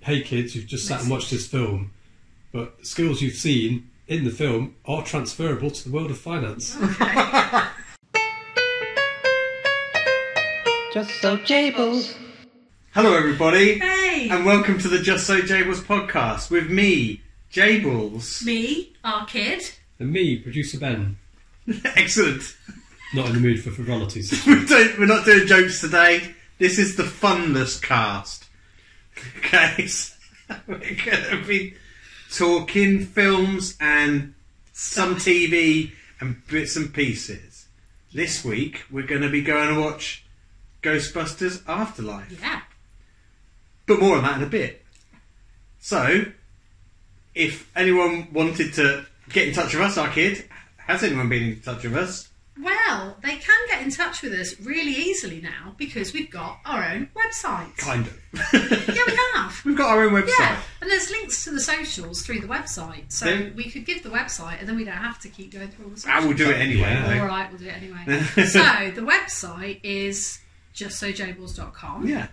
hey kids, you've just sat and watched this film, but skills you've seen in the film are transferable to the world of finance. Just so Jables. Hello, everybody, Hey! and welcome to the Just So Jables podcast with me, Jables. me, our kid. and me, producer Ben, Excellent. not in the mood for frivolities. We don't, we're not doing jokes today. This is the funless cast. Okay, so we're going to be talking films and some TV and bits and pieces. This week, we're going to be going to watch Ghostbusters Afterlife. Yeah. But more on that in a bit. So, if anyone wanted to get in touch with us, our kid, has anyone been in touch with us? Well, they can get in touch with us really easily now because we've got our own website. Kind of. Yeah, we have. We've got our own website. Yeah, and there's links to the socials through the website, so Yeah. we could give the website, and then we don't have to keep going through all the I socials. will Ah, do it anyway. Yeah. though. All right, we'll do it anyway. so the website is justsojables.com. Yeah.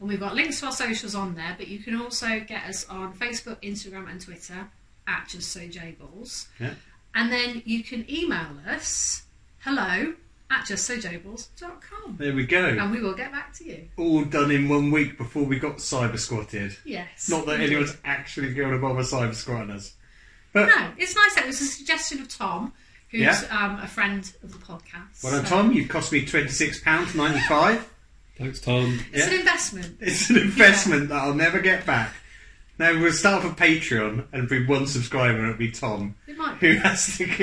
And we've got links to our socials on there, but you can also get us on Facebook, Instagram, and Twitter at Just So Jables. Yeah. And then you can email us hello at justsojables.com. There we go. And we will get back to you. All done in one week before we got cyber squatted. Yes. Not that indeed. anyone's actually going to bother cyber squatting us. No, it's nice that it was a suggestion of Tom, who's Yeah. um, a friend of the podcast. Well done, So Tom. You've cost me £26.95. Thanks, Tom. It's Yeah. an investment. It's an investment that I'll never get back. Now, we'll start off a Patreon and be one subscriber and it'll be Tom. It might who be. has to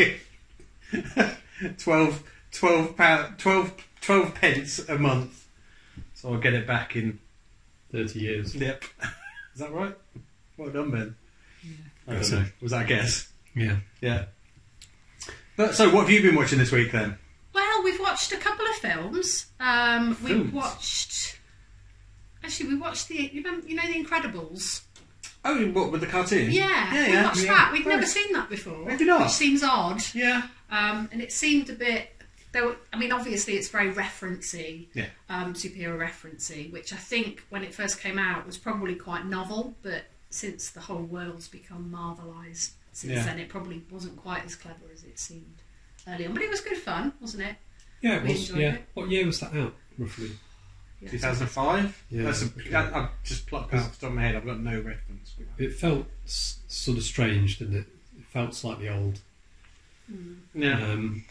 give 12, 12, pow- 12, 12 pence a month. So I'll get it back in. 30 years. Yep. Is that right? Well done, Ben. I Guess don't so. know. Was that a guess? Yeah. Yeah. But, so, what have you been watching this week then? Well, we've watched a couple of films. Um, Films? We've watched. Actually, we watched the you remember- you know the Incredibles. Oh, what with the cartoon? Yeah, yeah, we yeah. watched yeah. that. We'd Right. never seen that before. Have you not? Which seems odd. Yeah, Um, and it seemed a bit. There were, I mean, obviously, it's very referencey, Yeah. um, superhero referencey, which I think when it first came out was probably quite novel, but since the whole world's become marvelised since Yeah. then, it probably wasn't quite as clever as it seemed early on. But it was good fun, wasn't it? Yeah, it We was. enjoyed Yeah. it. What year was that out, roughly? 2005. Yeah. That's a, that, I've just plucked that off the top of my head. I've got no reference. It felt s- sort of strange, didn't it? It felt slightly old. Yeah. Um,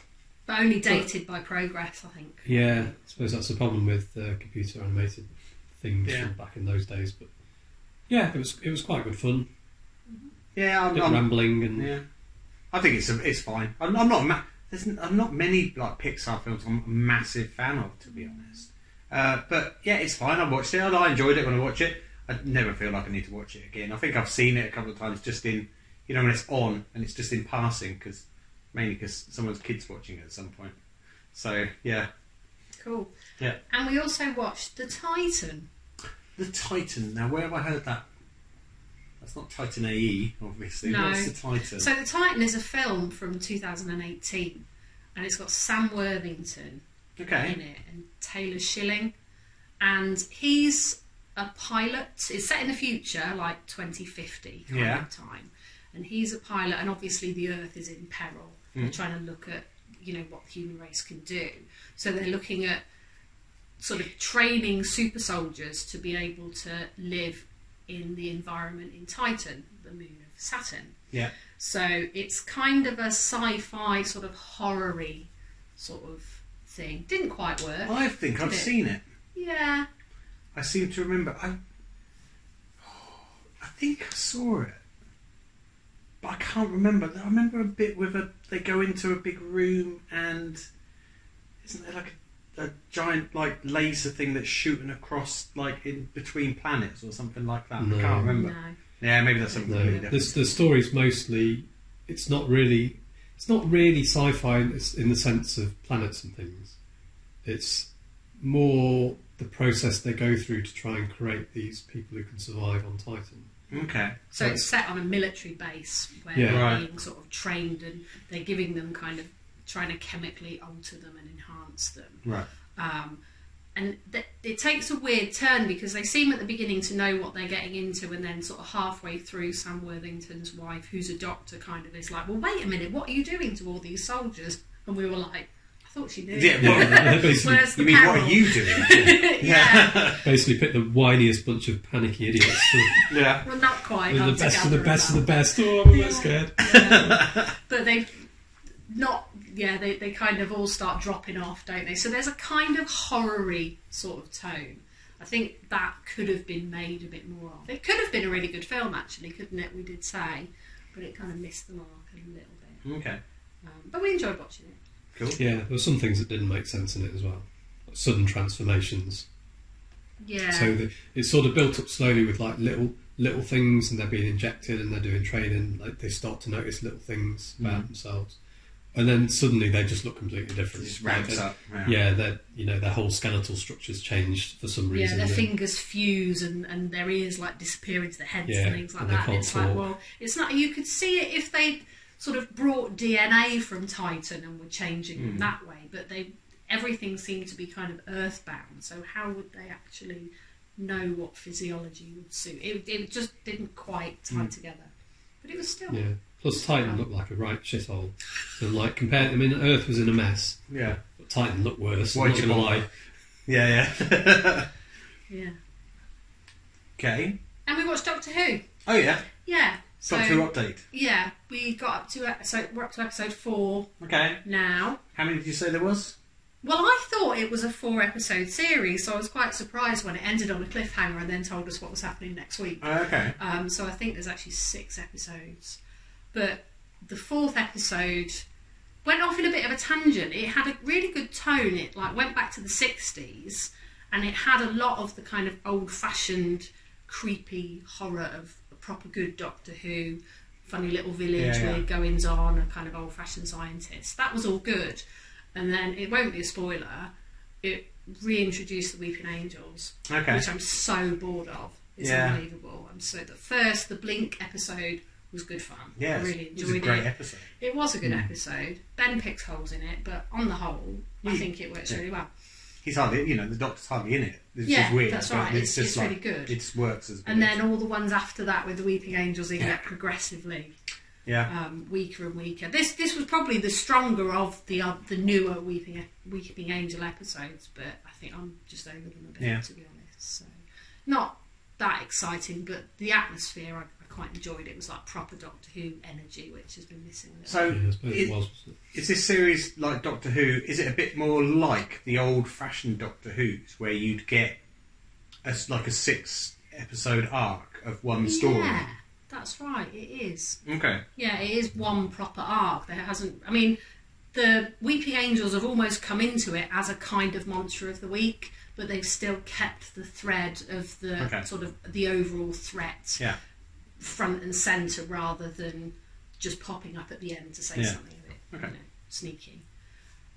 But only dated by progress, I think. yeah, I suppose that's the problem with uh, computer animated things Yeah. from back in those days. But yeah, it was it was quite good fun. Yeah, A I'm, bit I'm, rambling and Um, Yeah, I think it's it's fine. I'm, I'm not. Ma- there's n- I'm not many like Pixar films I'm a massive fan of, to be honest. Uh, but yeah, it's fine. I watched it. and I enjoyed it when I watch it. I never feel like I need to watch it again. I think I've seen it a couple of times, just in you know when it's on and it's just in passing, because mainly because someone's kids watching it at some point. So yeah, Cool. Yeah. And we also watched The Titan. the Titan. Now where have I heard that? That's not Titan AE, obviously. No. What's the Titan? So The Titan is a film from 2018, and it's got Sam Worthington in okay. it and Taylor Schilling, and he's a pilot. It's set in the future, like 2050 kind Yeah. of time, and he's a pilot. And obviously, the Earth is in peril. They're trying to look at you know what the human race can do. So they're looking at sort of training super soldiers to be able to live in the environment in Titan, the moon of Saturn. Yeah. So it's kind of a sci-fi sort of horror-y sort of thing. Didn't quite work. I think I've Did it? seen it. Yeah. I seem to remember. I, I think I saw it, but I can't remember. I remember a bit with a. They go into a big room and isn't there like a, a giant like laser thing that's shooting across like in between planets or something like that? No. I can't remember. No. Yeah, maybe that's something No, completely the, different. the story's mostly. It's not really. It's not really sci-fi in, it's in the sense of planets and things. It's more the process they go through to try and create these people who can survive on Titan. Okay. So it's set on a military base where Yeah. they're Right. being sort of trained and they're giving them kind of trying to chemically alter them and enhance them. Right. Um, and th- it takes a weird turn because they seem at the beginning to know what they're getting into, and then sort of halfway through, Sam Worthington's wife, who's a doctor, kind of is like, "Well, wait a minute, what are you doing to all these soldiers?" And we were like, "I thought she knew." Yeah, well, basically, Where's the You mean what peril? are you doing? yeah, basically picked the whiniest bunch of panicky idiots. yeah. well, not quite. They're the not best of the together best of about the best. Oh, I'm Yeah. so scared. Yeah. but they not yeah they, they kind of all start dropping off don't they so there's a kind of horror-y sort of tone i think that could have been made a bit more of it could have been a really good film actually couldn't it we did say but it kind of missed the mark a little bit Okay. um, but we enjoyed watching it Cool. Yeah, there were some things that didn't make sense in it as well. Like sudden transformations. yeah So the, it sort of built up slowly with like little little things, and they're being injected, and they're doing training. Like they start to notice little things about Hmm. themselves, and then suddenly they just look completely It different. just ramps up. Yeah. Yeah, their you know their whole skeletal structure's changed for some yeah, reason. their and- fingers fuse and, and their ears like disappear into their heads Yeah, and things like and they that. And can't it's like, talk. well, it's not. You could see it if they sort of brought DNA from Titan and were changing Hmm. them that way, but they everything seemed to be kind of earthbound. So how would they actually know what physiology would suit? It, it just didn't quite tie together, but it was still Hmm. Yeah. Plus, Titan looked like a right shithole. And like compared, I mean, Earth was in a mess, Yeah. but Titan looked worse. I'm Why'd not you gonna bother? lie. Yeah. Yeah. yeah. okay. And we watched Doctor Who. Oh yeah. Yeah. So Doctor Who update. yeah, we got up to episode. We're up to episode four Okay. now. How many did you say there was? Well, I thought it was a four episode series, so I was quite surprised when it ended on a cliffhanger and then told us what was happening next week. Oh, okay. Um, so I think there's actually six episodes. But the fourth episode went off in a bit of a tangent. It had a really good tone. It like went back to the 60s and it had a lot of the kind of old fashioned creepy horror of a proper good Doctor Who, funny little village, Yeah, yeah. weird goings on, a kind of old fashioned scientist. That was all good. And then it won't be a spoiler. It reintroduced the Weeping Angels Okay. Uh, which I'm so bored of. It's Yeah. unbelievable. I'm so the first the Blink episode was good fun. I Yeah. it's- really it was a enjoyed great Hmm. it. episode. It was a good episode. Ben picks holes in it, but on the whole, I Yeah. think it works Hmm. Yeah. really well. He's hardly, you know, the doctor's hardly in it. It's Yeah, just weird. that's but right. It's, It's- just it's like, really good. It works as. And it then is. all the ones after that with the Weeping Angels, they Yeah. get progressively Yeah. um, weaker and weaker. This this was probably the stronger of the uh, the newer Weeping Weeping Angel episodes, but I think I'm just over them a bit Yeah. to be honest. So not that exciting, but the atmosphere I, I quite enjoyed. It was like proper Doctor Who energy, which has been missing. A little. So Yeah, I suppose it is, was. wasn't is this series like Doctor Who? Is it a bit more like the old-fashioned Doctor Who's, where you'd get a s like a six-episode arc of one story? Yeah, that's right. It is. Okay. Yeah, it is one proper arc. There hasn't. I mean, the Weeping Angels have almost come into it as a kind of monster of the week, but they've still kept the thread of the Okay. sort of the overall threat Yeah. front and centre, rather than just popping up at the end to say Yeah. something a bit Okay. you know, sneaky.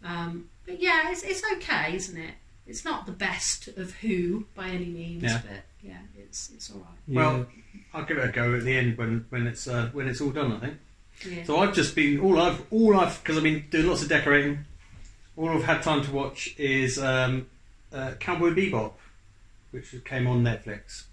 Um, but yeah, it's it's okay, isn't it? It's not the best of Who by any means, Yeah. but yeah, it's it's all right. it? Well, I'll give it a go at the end when when it's uh, when it's all done. I think. Yeah. So I've just been all I've all I've because I've been doing lots of decorating. All I've had time to watch is um, uh, Cowboy Bebop, which came on Netflix.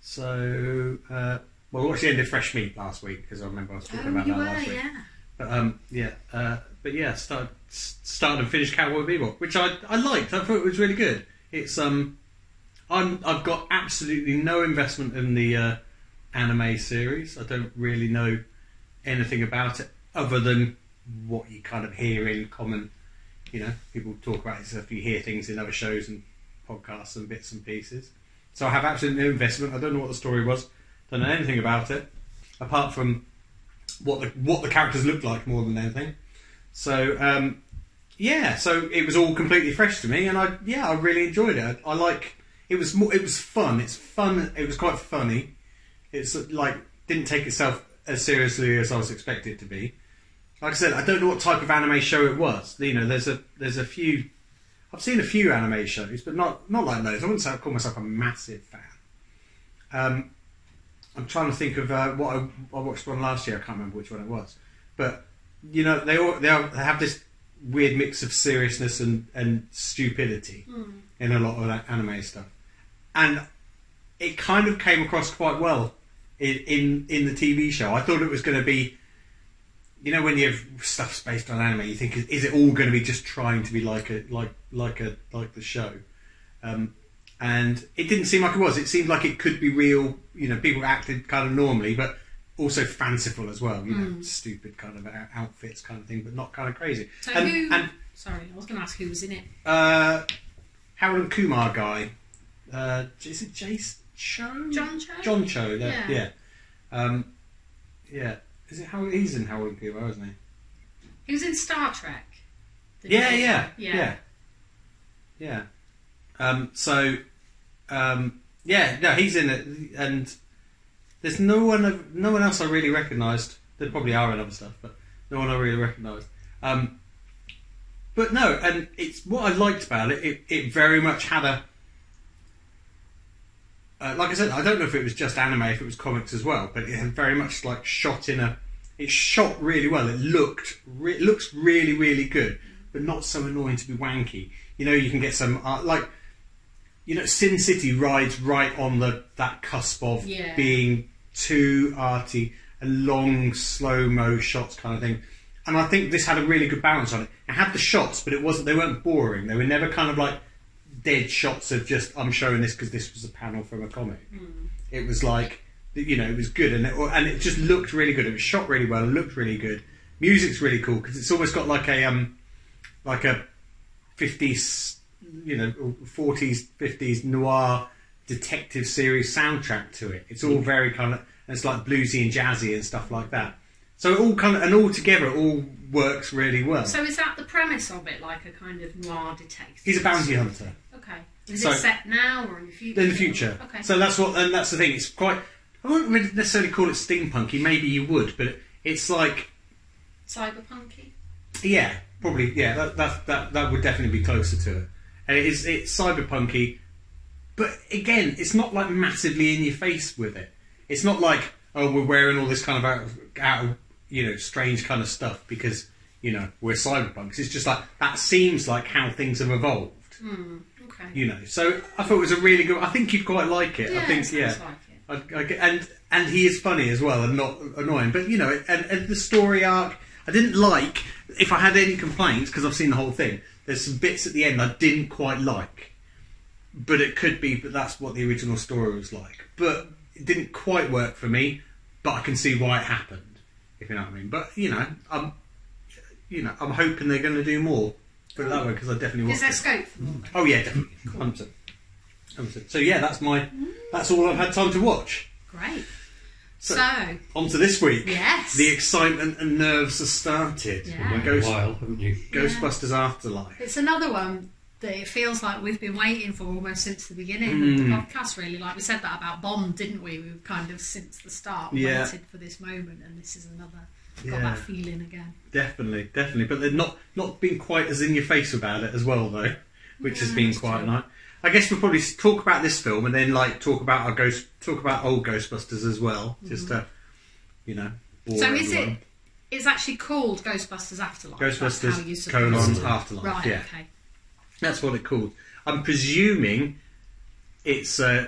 So uh, well, I watched the end of Fresh Meat last week because I remember I was talking oh, about you that were, last week. yeah. But um, yeah, uh, but yeah, start s- started and finished Cowboy Bebop, which I I liked. I thought it was really good. It's um, I'm I've got absolutely no investment in the uh, anime series. I don't really know anything about it other than what you kind of hear in common. You know, people talk about it stuff. You hear things in other shows and podcasts and bits and pieces. So I have absolutely no investment. I don't know what the story was. Don't know anything about it apart from what the what the characters looked like more than anything. So um, yeah, so it was all completely fresh to me, and I yeah I really enjoyed it. I, I like it was more it was fun. It's fun. It was quite funny. It's like didn't take itself as seriously as I was expected to be. Like I said, I don't know what type of anime show it was. You know, there's a there's a few. I've seen a few anime shows, but not not like those. I wouldn't say I call myself a massive fan. Um, I'm trying to think of uh, what I, I watched one last year. I can't remember which one it was, but you know they all they, all, they have this weird mix of seriousness and, and stupidity in a lot of that anime stuff. And it kind of came across quite well in, in, in the TV show. I thought it was going to be, you know, when you have stuff's based on anime, you think, is, is it all going to be just trying to be like a like like a like the show? Um, and it didn't seem like it was. It seemed like it could be real. You know, people acted kind of normally, but also fanciful as well. You Hmm. know, stupid kind of out- outfits, kind of thing, but not kind of crazy. So and, who? and sorry, I was going to ask who was in it. uh, Harold and Kumar guy. Uh, is it Jason Cho? John Cho? John Cho. Yeah. Yeah. Yeah. Um, yeah. Is it Harold? He's in Harold and Kumar, isn't He was in Star Trek. The he? Yeah, director. yeah, yeah, yeah, yeah. Um, so, um, yeah, no, he's in it, and there's no one, of- no one else I really recognised. There probably are in other stuff, but no one I really recognised. Um, but no, and it's what I liked about it. It, it very much had a uh, like I said, I don't know if it was just anime, if it was comics as well, but it had very much like shot in a. It shot really well. It looked, re- it looks really, really good, but not so annoying to be wanky. You know, you can get some uh, like, you know, Sin City rides right on the that cusp of Yeah. being too arty, a long slow mo shots kind of thing. And I think this had a really good balance on it. It had the shots, but it wasn't. They weren't boring. They were never kind of like dead shots of just I'm showing this because this was a panel from a comic. It was like you know it was good and it, and it just looked really good. It was shot really well. It looked really good. Music's really cool because it's almost got like a um like a fifties you know forties fifties noir detective series soundtrack to it. It's all very kind of and it's like bluesy and jazzy and stuff like that. So it all kind of and all together it all works really well. So is that the premise of it, like a kind of noir detective? He's a bounty hunter. Okay. Is So- it set now or in the future? in the future. Okay. So that's what, and that's the thing. It's quite. I wouldn't really necessarily call it steampunky. Maybe you would, but it's like, cyberpunky. yeah, probably, yeah. That that that, that would definitely be closer to it. And it is it's cyberpunky, but again, it's not like massively in your face with it. It's not like oh, we're wearing all this kind of out, of- out of, you know strange kind of stuff because you know we're cyberpunks. It's just like that seems like how things have evolved. Okay. You know, so I thought it was a really good. I think you'd quite like it. I it think sounds yeah. Like it. I, I get- and and he is funny as well and not annoying. But you know, and, and the story arc I didn't like. If I had any complaints, because I've seen the whole thing, there's some bits at the end I didn't quite like. But it could be, but that's what the original story was like. But it didn't quite work for me. But I can see why it happened, if you know what I mean. But you know, I'm, you know, I'm hoping they're going to do more. Put it that way, because I definitely want. Is there to. scope for more? Oh yeah, definitely. 100%. 100%. So yeah, that's my. That's all I've had time to watch. Great. So- So, On to this week. Yes. The excitement and nerves are started. Oh, Yeah. Went Ghost- a while, haven't you? Ghostbusters Afterlife. it's another one that it feels like we've been waiting for almost since the beginning of the Mm. podcast. Really, like we said that about Bond, didn't we? We've kind of since the start Yeah. waited for this moment, and this is another. Got Yeah. that feeling again. Definitely, definitely. But they're not not been quite as in your face about it as well though, which has been quite nice. I guess we'll probably s- talk about this film and then like talk about our ghost, talk about old Ghostbusters as well, just to you know. Mm-hmm. Bore So is everyone. it? It's actually called Ghostbusters Afterlife. That's how you Ghostbusters supposed colon to- Afterlife? Right. yeah. Okay. That's what it called. I'm presuming it's. Uh,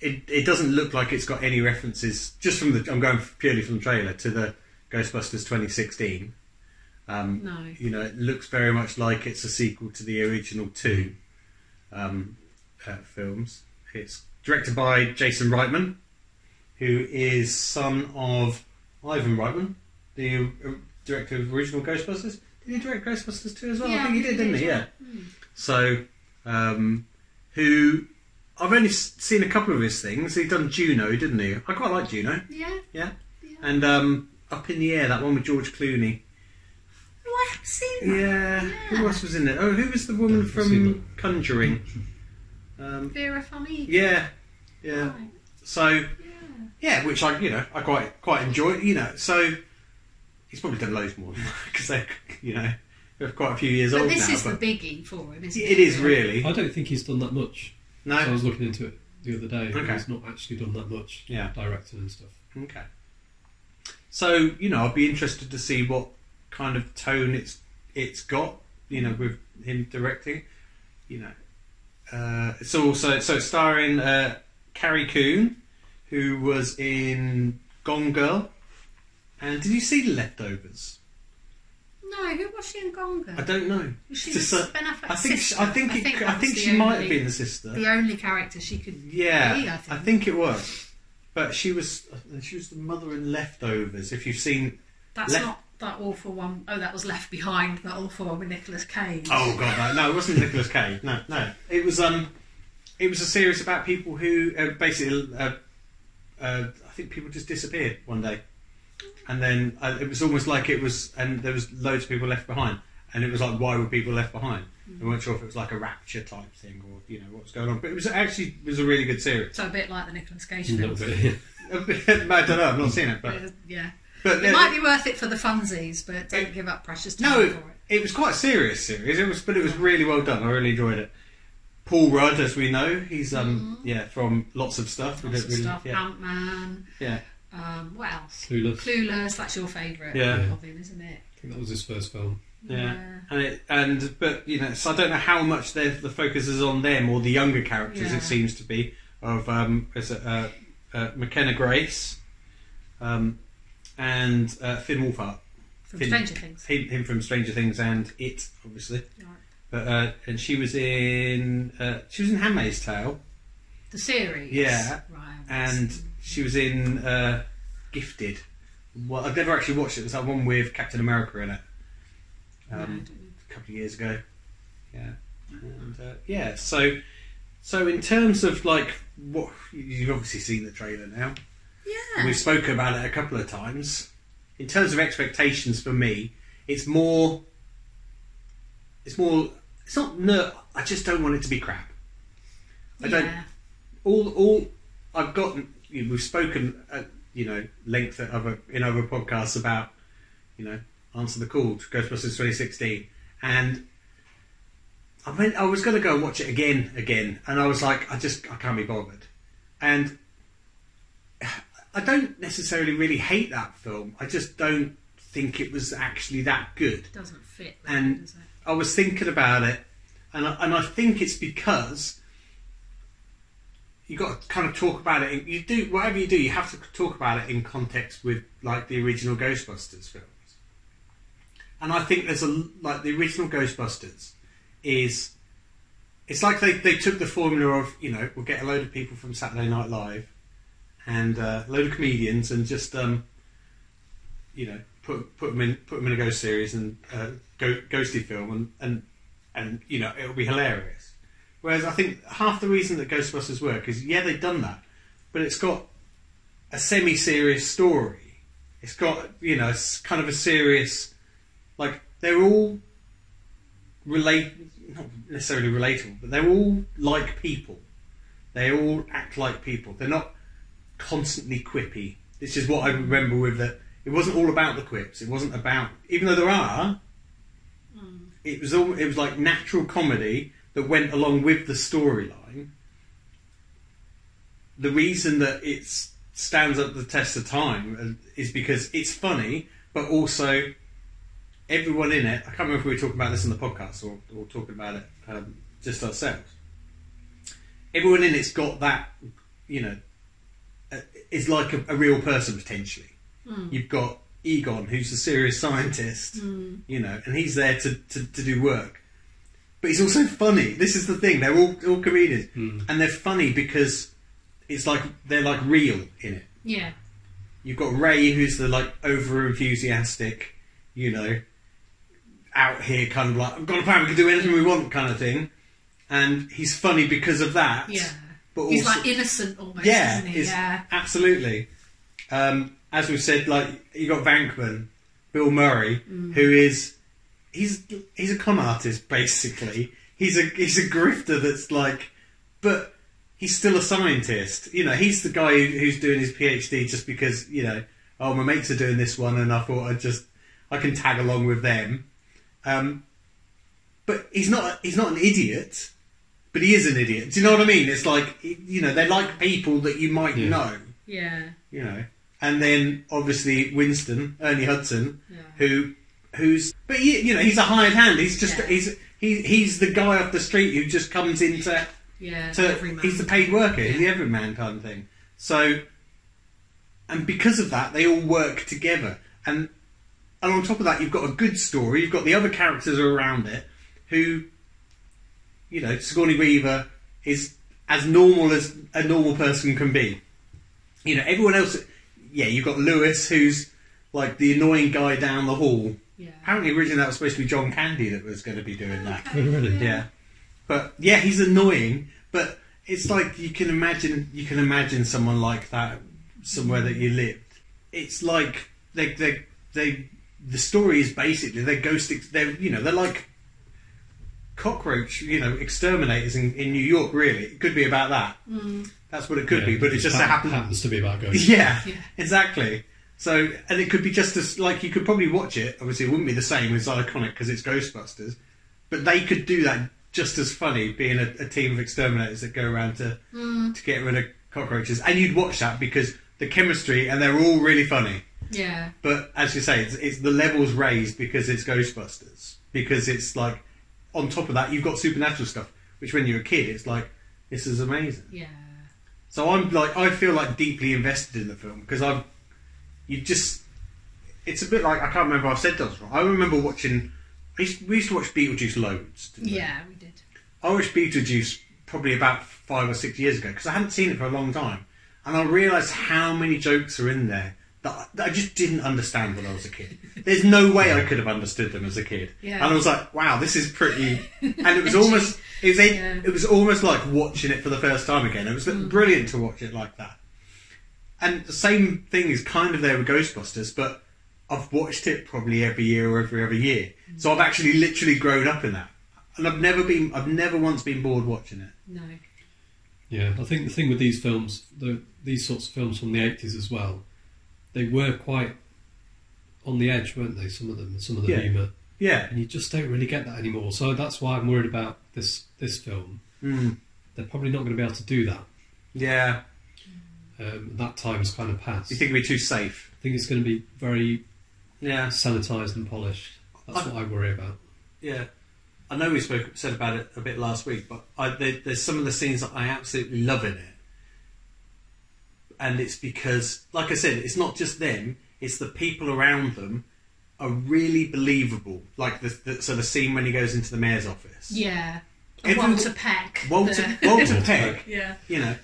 it, it doesn't look like it's got any references. Just from the, I'm going purely from the trailer to the Ghostbusters 2016. Um, No. You know, it looks very much like it's a sequel to the original two um, uh, films. It's directed by Jason Reitman, who is son of Ivan Reitman, the uh, director of original Ghostbusters. Did he direct Ghostbusters 2 as well? I Yeah, think he did, didn't he? as well. Hmm. Yeah. So, um, who I've only s- seen a couple of his things. He done Juno, didn't he? I quite like Juno. Yeah. Yeah. Yeah. And um, Up in the Air, that one with George Clooney. Oh, I have seen that. Yeah. Who else was in it? Oh, who was the woman I've seen from that. Conjuring? Um, Vera Farmiga. yeah. Yeah. Right, So yeah. yeah, which I you know I quite quite enjoy. You know, so he's probably done loads more because they you know they're quite a few years But old this now. is but the biggie for him, isn't it? it is really I don't think he's done that much. no. So I was looking into it the other day. Okay. He's not actually done that much. Yeah. Directing and stuff. Okay. So you know, I'd be interested to see what kind of tone it's it's got, you know, with him directing, you know. Uh, it's also so it's starring uh, Carrie Coon, who was in Gone Girl, and did you see Leftovers? No, who was she in Gone I Girl? don't know. Was she Just, the uh, Ben Affleck's I think she, sister? I think it, that I was think the she might have only- been the sister. the only character she could. Yeah, be, I I think. think. it was. But she was uh, she was the mother in Leftovers. If you've seen, That's Left- not that awful one oh that was Left Behind. That awful one with Nicolas Cage. oh god, no, no, it wasn't Nicolas Cage. No, no, it was um, it was a series about people who uh, basically, uh, uh, I think people just disappeared one day, and then uh, it was almost like it was, and there was loads of people left behind, and it was like, why were people left behind? Mm. I weren't sure if it was like a rapture type thing or you know what was going on, but it was actually it was a really good series. So a bit like the Nicolas Cage A little films. bit. yeah. I don't know, I've not seen it, but It was- Yeah. but It might be worth it for the funsies, but don't give up precious time No, for it, it. it was quite a serious series. It was, but it was really well done. I really enjoyed it. Paul Rudd, as we know, he's um yeah from lots of stuff. We Mm-hmm. Lots don't of really- stuff. Yeah, Ant Man. yeah, Um, what else? Clueless. Clueless. That's your favourite. Yeah. Robin, isn't it? I think that was his first film. yeah. Yeah. And it, and but you know, so I don't know how much the the focus is on them or the younger characters. Yeah. It seems to be of um is it, uh, uh, McKenna Grace, um, and uh, Finn Wolfhard. From Finn- Stranger Things. Him, him from Stranger Things and It, obviously. Right. But uh, and she was in uh, she was in Handmaid's Tale. The series. Yeah. Right. and she was in uh, Gifted. Well, I've never actually watched it. It was that one with Captain America in it No, I um, don't know. a couple of years ago. Yeah, and, uh, yeah. So, so in terms of like what you've obviously seen the trailer now. yeah. We've spoken about it a couple of times. In terms of expectations for me, it's more. It's more. It's not. No, I just don't want it to be crap. I don't Yeah. all all I've gotten. You know, we've spoken at you know length at other in other podcasts about you know answer the call to Ghostbusters 2016, and I went. I was going to go and watch it again, again, and I was like, I just I can't be bothered, and I don't necessarily really hate that film. I just don't think it was actually that good. Doesn't fit. That, And- does it? I was thinking about it, and I, and I think it's because you got to kind of talk about it. in- You do whatever you do, you have to talk about it in context with like the original Ghostbusters films. And I think there's a l- like the original Ghostbusters is it's like they, they took the formula of you know we'll get a load of people from Saturday Night Live and uh, a load of comedians and just um, you know put put them in put 'em in a ghost series and uh, go, ghosty film and, and and you know it'll be hilarious. Whereas I think half the reason that Ghostbusters work is yeah they've done that, but it's got a semi-serious story. It's got you know it's kind of a serious like they're all relate not necessarily relatable, but they're all like people. They all act like people. They're not constantly quippy. This is what I remember with that. It wasn't all about the quips. It wasn't about, even though there are, it was all. It was like natural comedy that went along with the storyline. The reason that it stands up the test of time uh, is because it's funny, but also everyone in it. I can't remember if we were talking about this in the podcast or, or talking about it um, just ourselves. Everyone in it's got that, you know, uh, is like a, a real person potentially. Hmm. You've got Egon, who's a serious scientist, Hmm. you know, and he's there to, to, to do work. But he's also funny. This is the thing. They're all, all comedians. And they're funny because it's like they're like real in it. Yeah. You've got Ray, who's the like over enthusiastic, you know, out here kind of like, I've got a plan, we can do anything we want kind of thing. And he's funny because of that. Yeah. But He's also, like innocent almost, yeah, isn't he? it's- Yeah. absolutely. Um, as we've said, like you got Vankman, Bill Murray, Mm. who is he's he's a con artist basically. He's a he's a grifter that's like, but he's still a scientist. You know, he's the guy who, who's doing his PhD just because you know, oh my mates are doing this one, and I thought I just I can tag along with them. Um, but he's not he's not an idiot but he is an idiot. Do you know what I mean? It's like you know they're like people that you might Yeah. know, Yeah. you know. And then obviously Winston Ernie Hudson, Yeah. who who's but you, you know he's a hired hand. He's just Yeah. he's he, he's the guy off the street who just comes in to, Yeah, to everyman. he's the paid worker, he's the everyman kind of thing. So and because of that, they all work together. And and on top of that, you've got a good story. You've got the other characters around it who, you know, Sigourney Weaver is as normal as a normal person can be. You know, everyone else. Yeah, you've got Lewis, who's like the annoying guy down the hall. Yeah. Apparently, originally that was supposed to be John Candy that was going to be doing that. Oh, really? Yeah. But yeah, he's annoying, but it's like you can imagine you can imagine someone like that somewhere that you lived. It's like they they they the story is basically they're ghost ex- they're you know, they're like cockroach, you know, exterminators in, in New York really. It could be about that. That's what it could Yeah, be, but it just so hap- happens happens to be about ghosts. yeah, Yeah. exactly. So, and it could be just as like you could probably watch it. Obviously, it wouldn't be the same as iconic because it's Ghostbusters, but they could do that just as funny, being a, a team of exterminators that go around to to get rid of cockroaches. And you'd watch that because the chemistry and they're all really funny. yeah, But as you say, it's, it's the levels raised because it's Ghostbusters. Because it's like on top of that, you've got supernatural stuff, which when you're a kid, it's like this is amazing. yeah, So I'm like, I feel like deeply invested in the film because I've, you just, it's a bit like I can't remember. I've said this wrong. I remember watching. I used, we used to watch Beetlejuice loads. Didn't we? yeah. We did. I watched Beetlejuice probably about five or six years ago because I hadn't seen it for a long time, and I realised how many jokes are in there that I, that I just didn't understand when I was a kid. There's no way I could have understood them as a kid, Yeah. and I was like, wow, this is pretty. And it was almost it was a, Yeah. it was almost like watching it for the first time again. It was brilliant to watch it like that. And the same thing is kind of there with Ghostbusters, but I've watched it probably every year or every other year. So I've actually literally grown up in that. And I've never been I've never once been bored watching it. No. Yeah, I think the thing with these films, the, these sorts of films from the eighties as well, they were quite on the edge, weren't they? Some of them, some of the Yeah. humour, Yeah. and you just don't really get that anymore. So that's why I'm worried about this this film. Mm. They're probably not going to be able to do that. Yeah. Um, that time has kind of passed. You think it'd be too safe. I think it's going to be very Yeah. sanitised and polished. That's what I worry about. Yeah. I know we spoke said about it a bit last week, but I, there, there's some of the scenes that I absolutely love in it, and it's because, like I said, it's not just them; it's the people around them are really believable. Like the, the so the scene when he goes into the mayor's office, Yeah. Every- Walter Peck. Walter there. Walter Peck, yeah. you know,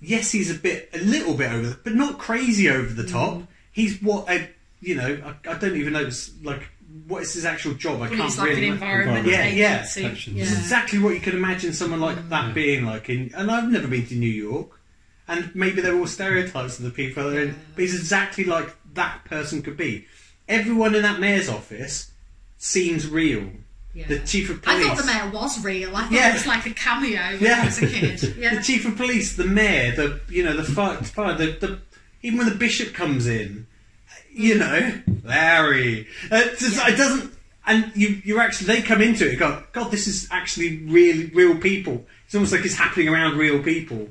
yes, he's a bit, a little bit over, the, but not crazy over the top. Mm. He's what a, you know, I, I don't even know, this- like what is his actual job? I Well, can't He's like really. an environment Yeah, yeah. agency. Protection. Yeah. It's exactly what you can imagine someone like that Yeah. being like. In, and I've never been to New York, and maybe they're all stereotypes of the people. They're in, but he's exactly like that person could be. Everyone in that mayor's office seems real. Yeah. The chief of I police. thought the mayor was real. I thought Yeah. it was like a cameo when Yeah. I was a kid. Yeah. the chief of police, the mayor, the you know the fire, the, fire the, the even when the bishop comes in, you know Larry. Uh, it's just- It doesn't, and you you're actually they come into it. God, God, this is actually really real people. It's almost like it's happening around real people.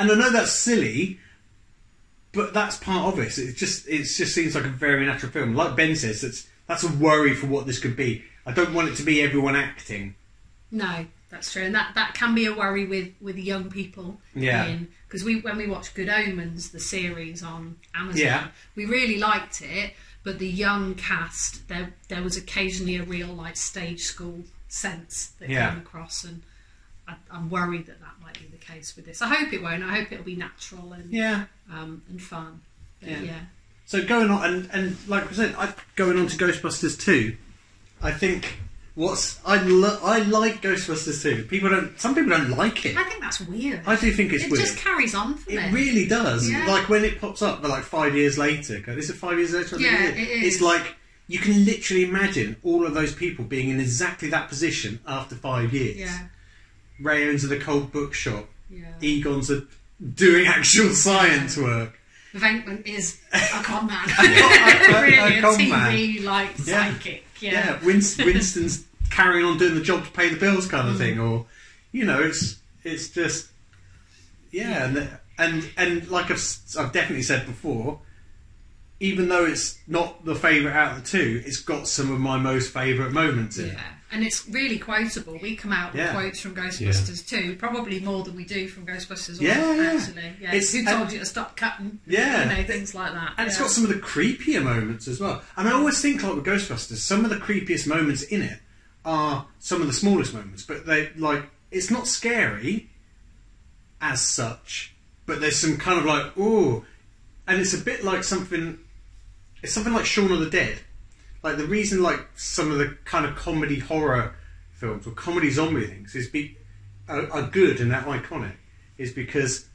And I know that's silly, but that's part of it. It just it just seems like a very natural film. Like Ben says, that's that's a worry for what this could be. I don't want it to be everyone acting. No, that's true, and that, that can be a worry with with young people. Yeah. Because we when we watched Good Omens, the series on Amazon, Yeah. we really liked it, but the young cast there there was occasionally a real like stage school sense that Yeah. came across, and I, I'm worried that that might be the case with this. I hope it won't. I hope it'll be natural and Yeah. um, and fun. But Yeah. yeah. So going on, and, and like I said, I, going on to Ghostbusters two, I think what's I lo- I like Ghostbusters two. People don't. Some people don't like it. I think that's weird. I do think it's it weird. just carries on for me. it really does. Yeah. Like when it pops up, but like five years later. God, Is it five years later? I think Yeah, it It's is. like you can literally imagine all of those people being in exactly that position after five years. yeah. Ray owns the cold bookshop. Yeah. Egon's a, doing actual science work. Venkman is a con man. a- really a a, con TV like oh, Yeah. psychic. yeah, Yeah. Winst- Winston's carrying on doing the job to pay the bills kind of thing, or you know, it's it's just yeah, and and and like I've s- I've definitely said before, even though it's not the favourite out of the two, it's got some of my most favourite moments in it. Yeah, and it's really quotable. We come out with Yeah. quotes from Ghostbusters too, probably more than we do from Ghostbusters. Yeah, one, yeah. actually. Yeah, It's- who and- told you to stop cutting? Yeah. you know things like that. And it's Yeah. got some of the creepier moments as well. And I always think, like with Ghostbusters, some of the creepiest moments in it are some of the smallest moments. But they like it's not scary as such, but there's some kind of like ooh, and it's a bit like something. It's something like Shaun of the Dead. Like the reason, like some of the kind of comedy horror films or comedy zombie things is be are, are good and that iconic is because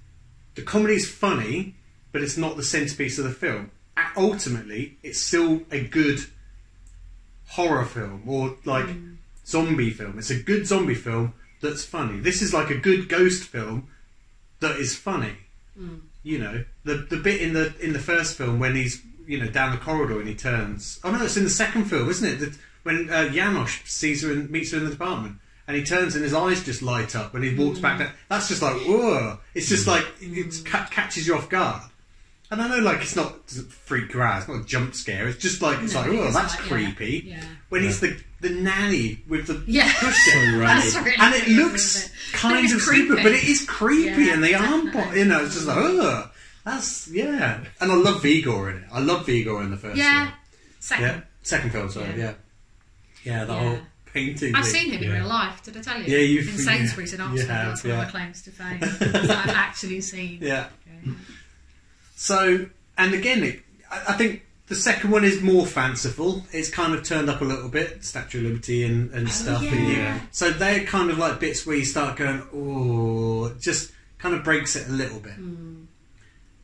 the comedy's funny, but it's not the centerpiece of the film. A- Ultimately, it's still a good horror film or like zombie film. It's a good zombie film that's funny. This is like a good ghost film that is funny. Hmm. You know, the the bit in the in the first film when he's you know down the corridor and he turns. Oh no, it's in the second film, isn't it? That when uh, Janosch sees her and meets her in the department. And he turns and his eyes just light up when he walks back. Hmm. Down. That's just like, whoa! It's just like it ca- catches you off guard. And I know, like, it's not it doesn't freak you out. It's not a jump scare. It's just like it's No, like, oh, it's that's like, yeah, creepy. yeah. When it's the the nanny with the Yeah. So cushion, random. really and it weird, looks isn't it? kind It's of stupid, creepy. but it is creepy, Yeah, and the arm, bo- definitely. you know, it's just like, oh, that's yeah. And I love Vigor in it. I love Vigor in the first. yeah. film. Second, yeah, second film, sorry, yeah, Yeah. yeah, the Yeah. whole painting. I've seen thing. him in Yeah. real life. Did I tell you? Yeah, you've- in Sainsbury's in you Oxford. have, That's one yeah. of my claims to fame. that I've actually seen. Yeah. Okay. So, and again, it, I, I think the second one is more fanciful. It's kind of turned up a little bit, Statue of Liberty and, and stuff. And you- Oh, yeah. so they're kind of like bits where you start going, oh, it just kind of breaks it a little bit. Hmm.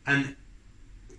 And,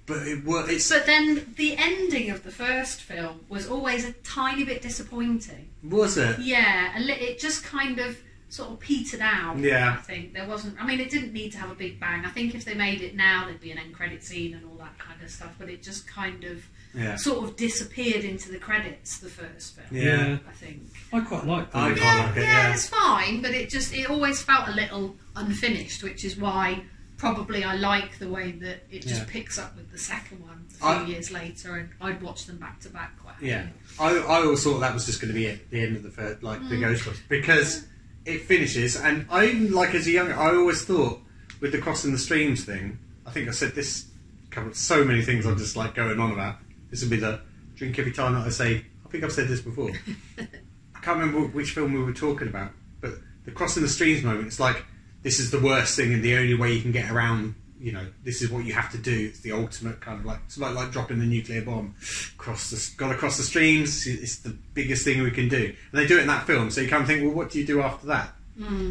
but it wor- it's, But then the ending of the first film was always a tiny bit disappointing. was it? Yeah, a li- it just kind of sort of petered out. Yeah. I think there wasn't. I mean, it didn't need to have a big bang. I think if they made it now, there'd be an end credit scene and all that kind of stuff. But it just kind of Yeah. sort of disappeared into the credits. The first film, Yeah. Yeah. I think. I quite like I that. quite like Yeah, it, yeah. yeah, it's fine, but it just it always felt a little unfinished, which is why probably I like the way that it just Yeah. picks up with the second one a few I- years later, and I'd watch them back to back quite. Yeah, happily. I, I always thought that was just going to be it, the end of the first, like the Ghostbusters, because it finishes, and I even, like as a young, I always thought with the crossing the streams thing. I think I said this covered so many things I'm just like going on about. This would be the drink every time that I say. I think I've said this before. I can't remember which film we were talking about, but the crossing the streams moment. It's like this is the worst thing, and the only way you can get around. You know, this is what you have to do. It's the ultimate kind of like it's like, like dropping the nuclear bomb. Cross the got to cross the streams. It's the biggest thing we can do, and they do it in that film. So you kind of think, well, what do you do after that? Hmm.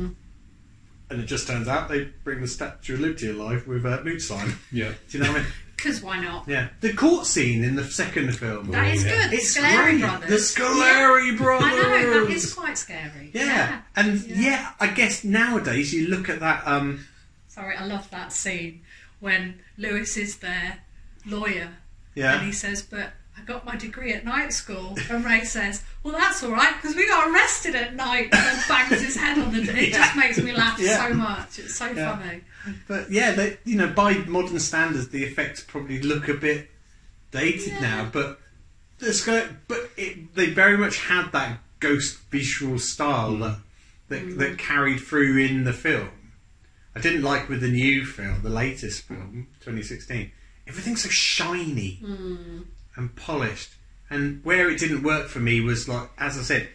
And it just turns out they bring the Statue of Liberty alive with uh, mood slime. Yeah. Do you know what I mean? Because why not? Yeah. The court scene in the second film. That is Yeah. good. It's the Scolari great. Brothers. The Scolari Brothers. I know that is quite scary. Oh. Yeah. And yeah. I guess nowadays you look at that. Um, Sorry, I love that scene when Lewis is their lawyer and yeah. he says, "But I got my degree at night school," and Ray says, "Well, that's all right because we got arrested at night," and then bangs his head on the. It just makes me laugh Yeah. so much. It's so Yeah. funny. But yeah, they, you know, by modern standards, the effects probably look a bit dated Yeah. now. But the Scolari, but it, they very much had that ghost visual style that that, that carried through in the film. I didn't like with the new film, the latest film, 2016. Everything's so shiny and polished. And where it didn't work for me was like, as I said,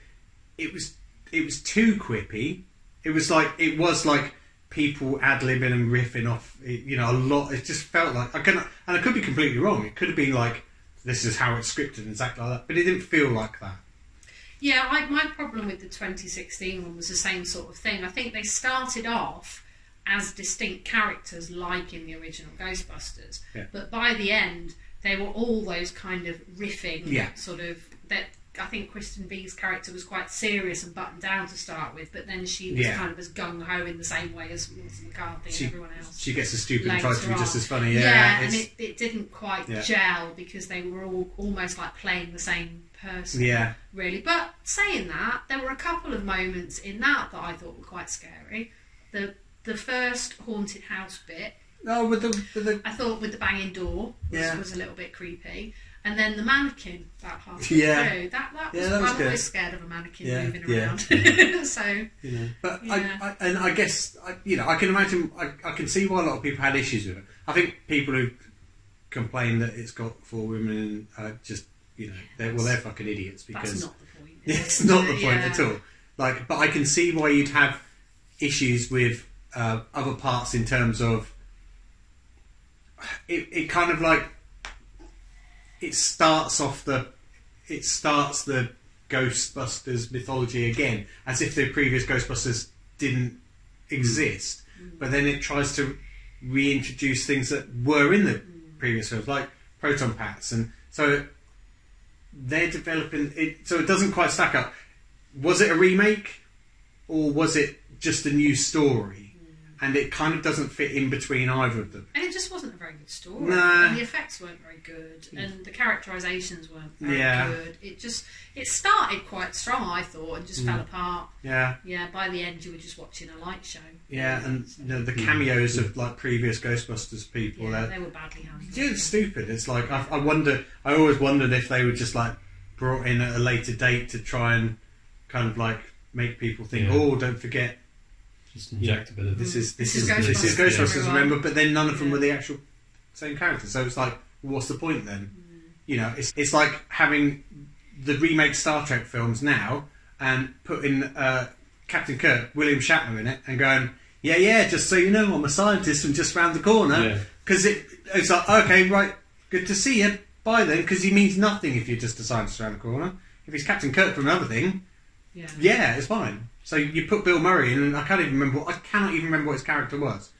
it was it was too quippy. It was like it was like people ad libbing and riffing off. It, you know, a lot. It just felt like I can, and I could be completely wrong. It could have been like this is how it's scripted and exactly like that, but it didn't feel like that. Yeah, I, my problem with the 2016 one was the same sort of thing. I think they started off as distinct characters, like in the original Ghostbusters, Yeah. but by the end, they were all those kind of riffing Yeah. sort of that. I think Kristen B's character was quite serious and buttoned down to start with, but then she was Yeah. kind of as gung ho in the same way as Melissa McCarthy She- and everyone else She gets as stupid and tries to be later just on. as funny. Yeah, Yeah, it's, and it, it didn't quite Yeah. gel because they were all almost like playing the same person yeah. really. But saying that, there were a couple of moments in that that I thought were quite scary. The the first haunted house bit No, with Oh, the with the I thought with the banging door was, Yeah. was a little bit creepy. And then the mannequin that halfway Yeah. through, that that was, Yeah, that was I'm always good. scared of a mannequin Yeah, moving yeah. around. so you know. But Yeah. I, I and I guess I, you know I can imagine I, I can see why a lot of people had issues with it. I think people who complain that it's got four women in, uh, just you know they're, well they're fucking idiots because that's not the point. Yeah, is it's it? not the point Yeah. at all. Like, but I can see why you'd have issues with uh, other parts in terms of it. It kind of like it starts off the it starts the Ghostbusters mythology again, as if the previous Ghostbusters didn't exist. But then it tries to reintroduce things that were in the previous films, like proton packs, and so they're developing it. So it doesn't quite stack up. Was it a remake, or was it just a new story? And it kind of doesn't fit in between either of them. And it just wasn't a very good story. Nah. And the effects weren't very good, and the characterizations weren't very Hmm. Yeah. good. It just it started quite strong, I thought, and just Hmm. fell apart. Yeah, Yeah, by the end you were just watching a light show. yeah, and you know, the cameos of like previous Ghostbusters people. Yeah, they're- they were badly handled. Yeah, it's stupid. It's like I, I wonder. I always wondered if they were just like brought in at a later date to try and kind of like make people think, Yeah. oh, don't forget Just inject a bit of this is this, This is is, this Ghostbusters, is Ghostbusters. everyone. Remember, but then none of them Yeah. were the actual same character. So it's like, what's the point then? Mm-hmm. You know, it's it's like having the remake Star Trek films now and putting uh, Captain Kirk, William Shatner in it, and going, yeah, yeah, just so you know, I'm a scientist from just round the corner. Yeah. Because it, it's like, okay, right, good to see you. Bye then, because he means nothing if you're just a scientist around the corner. If he's Captain Kirk from another thing, Yeah. yeah, it's fine. So you put Bill Murray in, and I can't even remember. I cannot even remember what his character was.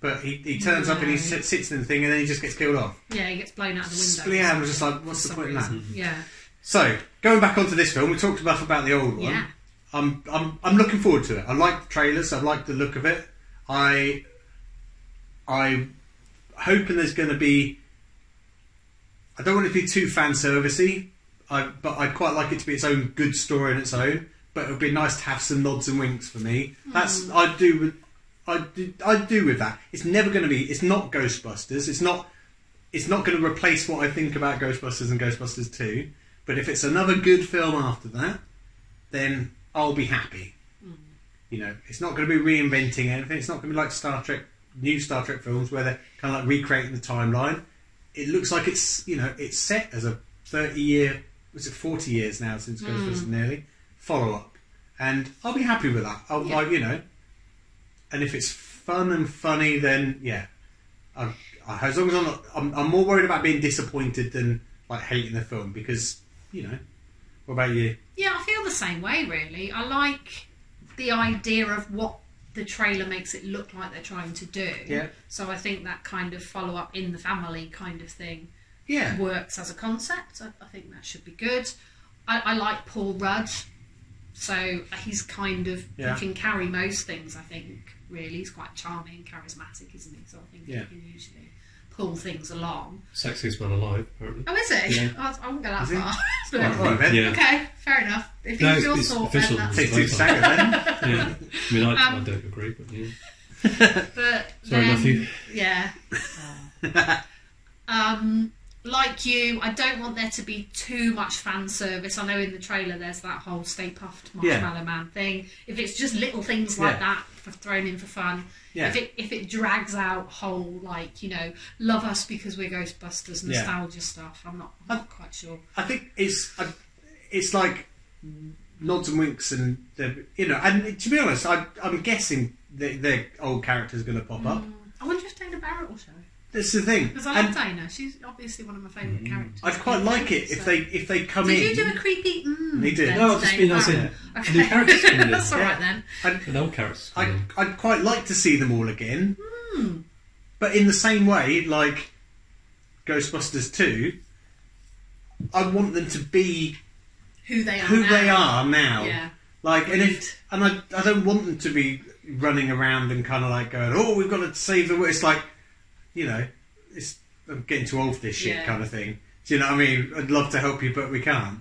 But he, he turns up and he No. sits, sits in the thing, and then he just gets killed off. Yeah, he gets blown out of the window. Yeah, I was or just something, like, what's for the some point in that? reason. Yeah. So going back onto this film, we talked enough about the old one. Yeah. I'm, I'm I'm looking forward to it. I like the trailers. I like the look of it. I I hoping there's going to be. I don't want it to be too fan servicey. I but I quite like it to be its own good story on its own. But it would be nice to have some nods and winks for me. That's I do with I do, I do with that. It's never going to be. It's not Ghostbusters. It's not. It's not going to replace what I think about Ghostbusters and Ghostbusters Two. But if it's another good film after that, then I'll be happy. You know, it's not going to be reinventing anything. It's not going to be like Star Trek, new Star Trek films where they're kind of like recreating the timeline. It looks like it's you know it's set as a thirty year, was it forty years now since Ghostbusters nearly follow up, and I'll be happy with that. I'll, Yeah. I- you know, and if it's fun and funny, then yeah, I, I, as long as I'm not, I'm, I'm more worried about being disappointed than like hating the film because you know. What about you? Yeah, I feel the same way, really. I like the idea of what the trailer makes it look like they're trying to do. Yeah. So I think that kind of follow up in the family kind of thing Yeah, works as a concept. I, I think that should be good. I, I like Paul Rudd, so he's kind of Yeah. he can carry most things. I think really he's quite charming, charismatic, isn't he? So I think Yeah. he can usually pull things along. sexiest man alive, apparently. Oh, is he? Yeah. I, I won't go that Is he? far. All right, then. Yeah. Okay, fair enough. If No, he it's- feels it's so, then official. that's Take two stagger then. Yeah. I mean, I, I Um, don't agree, but yeah. But Sorry, then, Matthew. Yeah. um, like you, I don't want there to be too much fan service. I know in the trailer there's that whole Stay Puffed Yeah. Marshmallow Man thing. If it's just little things like Yeah. that for thrown in for fun, Yeah. if it if it drags out whole like you know love us because we're Ghostbusters Yeah. nostalgia stuff, I'm not, I'm not quite sure. I think it's I- it's like nods and winks and the you know and to be honest I, I'm guessing the, the old character's going to pop up. I wonder if Dana Barrett will show That's the thing. Mm. because I love And Mm-hmm. Dana. She's obviously one of my favourite characters. I'd quite like it if So- they if they come Did in. you do a creepy? Mm, They did. then No, I've just today? been as Oh, in okay. new characters coming in. That's all right Yeah. then. I'd, And old characters. I, coming I'd quite like to see them all again. Hmm. But in the same way, like Ghostbusters 2, I want them to be Who they are? who now. they are now. Yeah. Like, and if and I, I don't want them to be running around and kind of like going, oh, we've got to save the world. It's like, you know, it's I'm getting too old for this shit Yeah. kind of thing. Do you know what I mean? I'd love to help you, but we can't.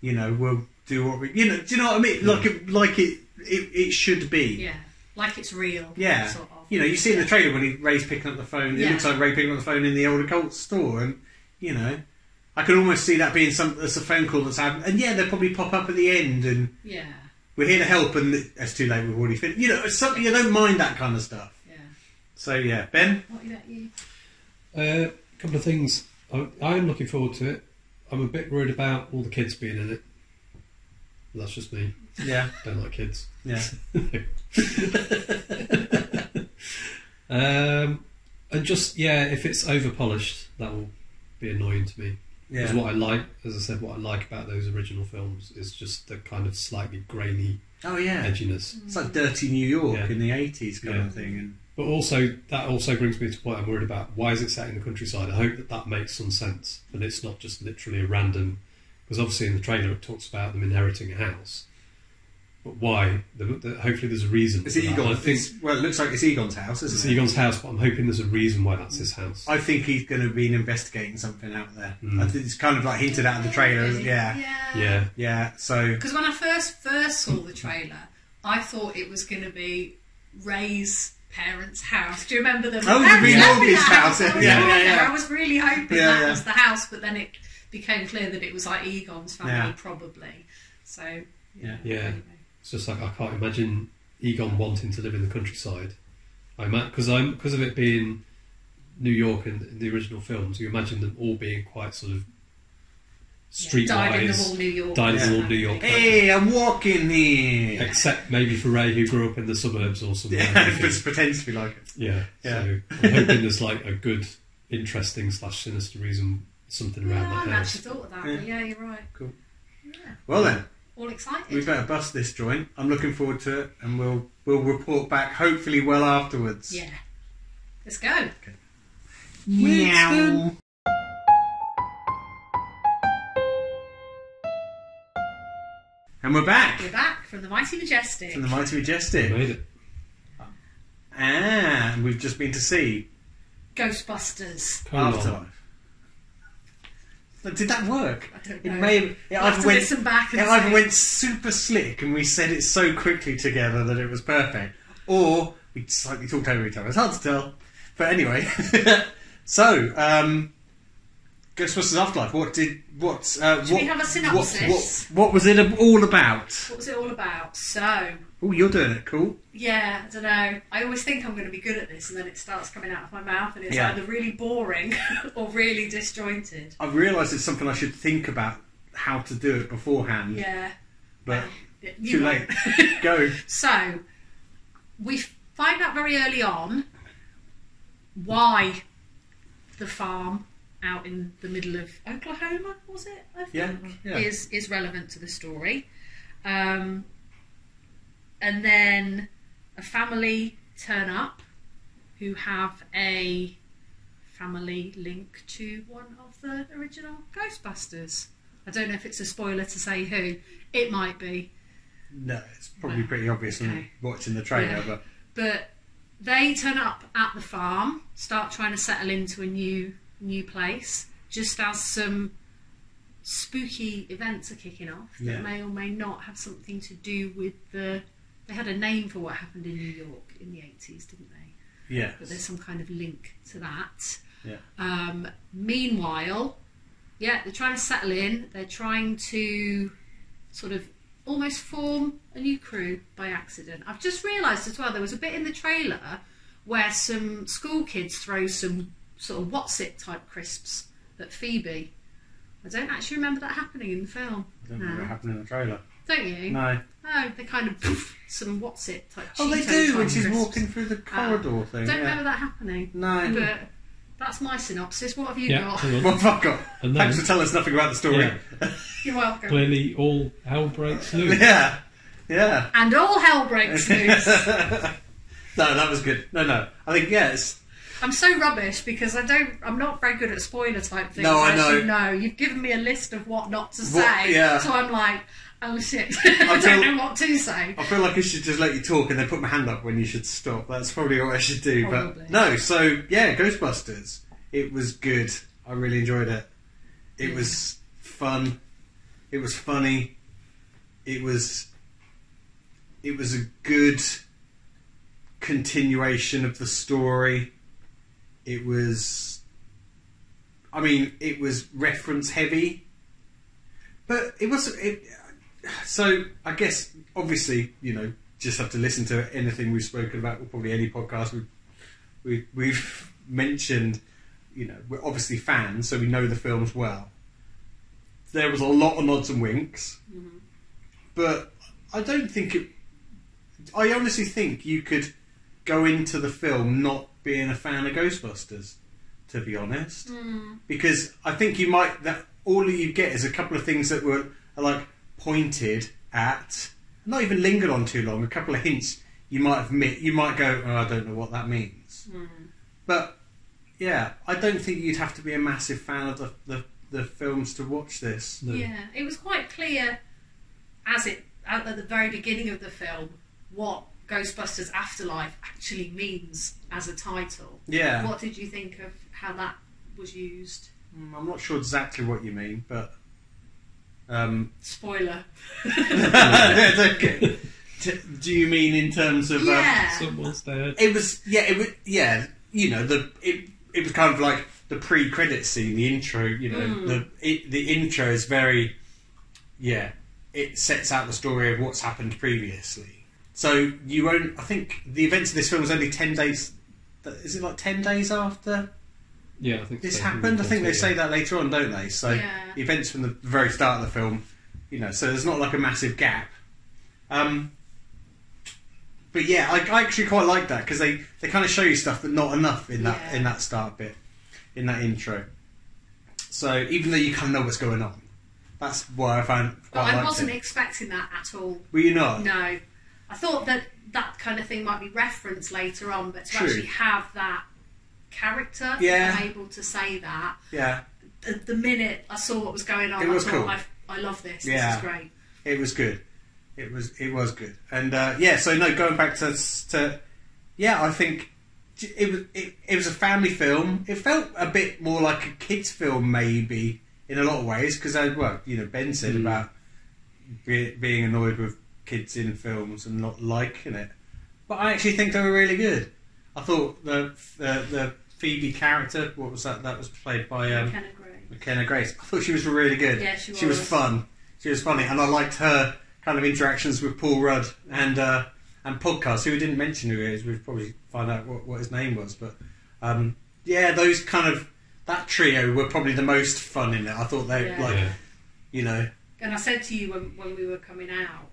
You know, we'll do what we. You know, do you know what I mean? Like, it, like it, it, it should be. Yeah. like it's real. Yeah. Sort of. You know, you see in the trailer when he Ray's picking up the phone. It Yeah. looks like Ray picking up the phone in the old occult store, and you know, I can almost see that being some. That's a phone call that's happened, and yeah, they'll probably pop up at the end, and Yeah. we're here to help, and it's too late. We've already finished. You know, it's something you don't mind that kind of stuff. Yeah. So yeah, Ben. What about you? A Uh, couple of things. I, I am looking forward to it. I'm a bit worried about all the kids being in it. That's just me. Yeah, Don't like kids. yeah. um, and just yeah, if it's over polished, that will be annoying to me. Yeah. Because what I like, as I said, what I like about those original films is just the kind of slightly grainy Oh yeah, edginess. it's like Dirty New York Yeah. in the eighties kind Yeah. of thing, and But also, that also brings me to the point I'm worried about. Why is it set in the countryside? I hope that that makes some sense and it's not just literally a random. Because obviously in the trailer it talks about them inheriting a house. But why? The, the, hopefully there's a reason. it's for that. And Egon. I think It's, well, it looks like it's Egon's house, it's isn't it? Egon's house, but I'm hoping there's a reason why that's his house. I think he's going to be investigating something out there. Mm. I think it's kind of like hinted at in the trailer. isn't it? Yeah, Yeah. Yeah. yeah. So Because when I first first saw the trailer, I thought it was going to be Ray's parents' house. Do you remember the Oh, it was parents' Ray's lovely house, I was yeah, all yeah, there. yeah. I was really hoping Yeah, that yeah. was the house, but then it became clear that it was like Egon's family, Yeah. probably. So Yeah. yeah, Yeah. anyway. It's just like I can't imagine Egon wanting to live in the countryside. I because I'm because of it being New York and in the original films, you imagine them all being quite sort of streetwise, died in the wall, New York. died in the Yeah. wall, New York. hey, I'm walking here. Except maybe for Ray, who grew up in the suburbs or somewhere. Yeah, Yeah, but it's pretends to be like it. yeah. Yeah. So I'm hoping there's like a good, interesting slash sinister reason, something No, I around hadn't that house. actually thought of that. Yeah. But yeah, you're right. Cool. Yeah. Well then, All excited. we better bust this joint. I'm looking forward to it, and we'll we'll report back hopefully well afterwards. yeah. Let's go. Meow. And we're back We're back from the Mighty Majestic. from the Mighty Majestic. Made it. Ah, and we've just been to see Ghostbusters. Colon. Afterlife. But did that work? I don't It know. may have, it We'll have either to went, listen back it and either see. went super slick and we said it so quickly together that it was perfect, or we slightly talked over each other. It's hard to tell. But anyway, so um, Ghostbusters Afterlife. What did what? Uh, Should what we have a what- synopsis? What, what was it ab- all about? What was it all about? So, Oh, you're doing it, cool. yeah, I don't know. I always think I'm going to be good at this, and then it starts coming out of my mouth, and it's Yeah. either really boring or really disjointed. I've realised it's something I should think about how to do it Mm. beforehand, Yeah. but You too late. won't. Go. so, we find out very early on why the farm out in the middle of Oklahoma, was it? I think. Yeah, yeah. is is relevant to the story. Um, and then a family turn up who have a family link to one of the original Ghostbusters. I don't know if it's a spoiler to say who. It might be, No, it's probably pretty obvious from Okay. watching the trailer, Yeah. but but they turn up at the farm, start trying to settle into a new new place, just as some spooky events are kicking off that Yeah. may or may not have something to do with the. They had a name for what happened in New York in the eighties, didn't they? yeah. But there's some kind of link to that. Yeah. Um, meanwhile, yeah, they're trying to settle in. They're trying to sort of almost form a new crew by accident. I've just realised as well there was a bit in the trailer where some school kids throw some sort of what's it type crisps at Phoebe. I don't actually remember that happening in the film. I don't remember No. what happened in the trailer. Don't you? No. No, they kind of poof, some what's it type. Oh, they Cheeto do type when she's crisps. walking through the corridor thing. Ah. Don't Yeah. remember that happening. No. But that's my synopsis. What have you Yeah. got? hang on. Well, fuck off. And Thanks then- for telling us nothing about the story. You're welcome. Clearly, all hell breaks loose. Yeah. Yeah. And all hell breaks loose. no, that was good. No, no. I think, yeah, it's, I'm so rubbish because I don't. I'm not very good at spoiler type things. No, I as know. You know, you've given me a list of what not to say. What- yeah. So I'm like, oh shit, I feel- don't know what to say. I feel like I should just let you talk and then put my hand up when you should stop. That's probably what I should do. Probably. But no, so yeah, Ghostbusters. It was good. I really enjoyed it. It Yeah. was fun. It was funny. It was. It was a good continuation of the story. It was, I mean, it was reference heavy, but it was. It, so I guess obviously you know just have to listen to anything we've spoken about or probably any podcast we've we, we've mentioned. You know, we're obviously fans, so we know the films well. There was a lot of nods and winks, but I don't think it. I honestly think you could go into the film not being a fan of Ghostbusters, to be honest, because I think you might that all you get is a couple of things that were are like pointed at, not even lingered on too long. A couple of hints you might have mi You might go, oh, I don't know what that means, but yeah, I don't think you'd have to be a massive fan of the the, the films to watch this. No. Yeah, it was quite clear as it at at the very beginning of the film what Ghostbusters Afterlife actually means as a title. Yeah. What did you think of how that was used? Mm, I'm not sure exactly what you mean, but um, Spoiler. it's okay. T- do you mean in terms of? Uh, yeah. Someone's dead. it was yeah, it was yeah. You know the it it was kind of like the pre-credit scene, the intro. You know the it, the intro is very yeah. It sets out the story of what's happened previously. So you own. I think the events of this film was only ten days. Is it like ten days after? Yeah, I think this so. happened. I think they Yeah. say that later on, don't they? So Yeah. the events from the very start of the film, you know, so there's not like a massive gap. Um, but yeah, I, I actually quite like that because they, they kind of show you stuff, but not enough in that Yeah. in that start bit, in that intro. So even though you kind of know what's going on, that's why I found But quite I liked wasn't it. expecting that at all. Were you not? No. I thought that that kind of thing might be referenced later on, but to True. actually have that character Yeah. and able to say that, Yeah, the, the minute I saw what was going on, It was I cool. thought, I, I love this. Yeah. This is great. it was good. It was it was good. And uh, yeah, so no, going back to to yeah, I think it was it, it was a family film. It felt a bit more like a kids film, maybe in a lot of ways, because I well, you know, Ben said Mm. about be, being annoyed with kids in films and not liking it. But I actually think they were really good. I thought the the, the Phoebe character, what was that? That was played by um, Kind of great. McKenna Grace. I thought she was really good. Yeah, she She was was. fun. She was funny, and I liked her kind of interactions with Paul Rudd and uh, and podcast. Who we didn't mention who he is. We'd probably find out what, what his name was. But um, yeah, those kind of that trio were probably the most fun in it. I thought they Yeah. like Yeah. you know and I said to you when, when we were coming out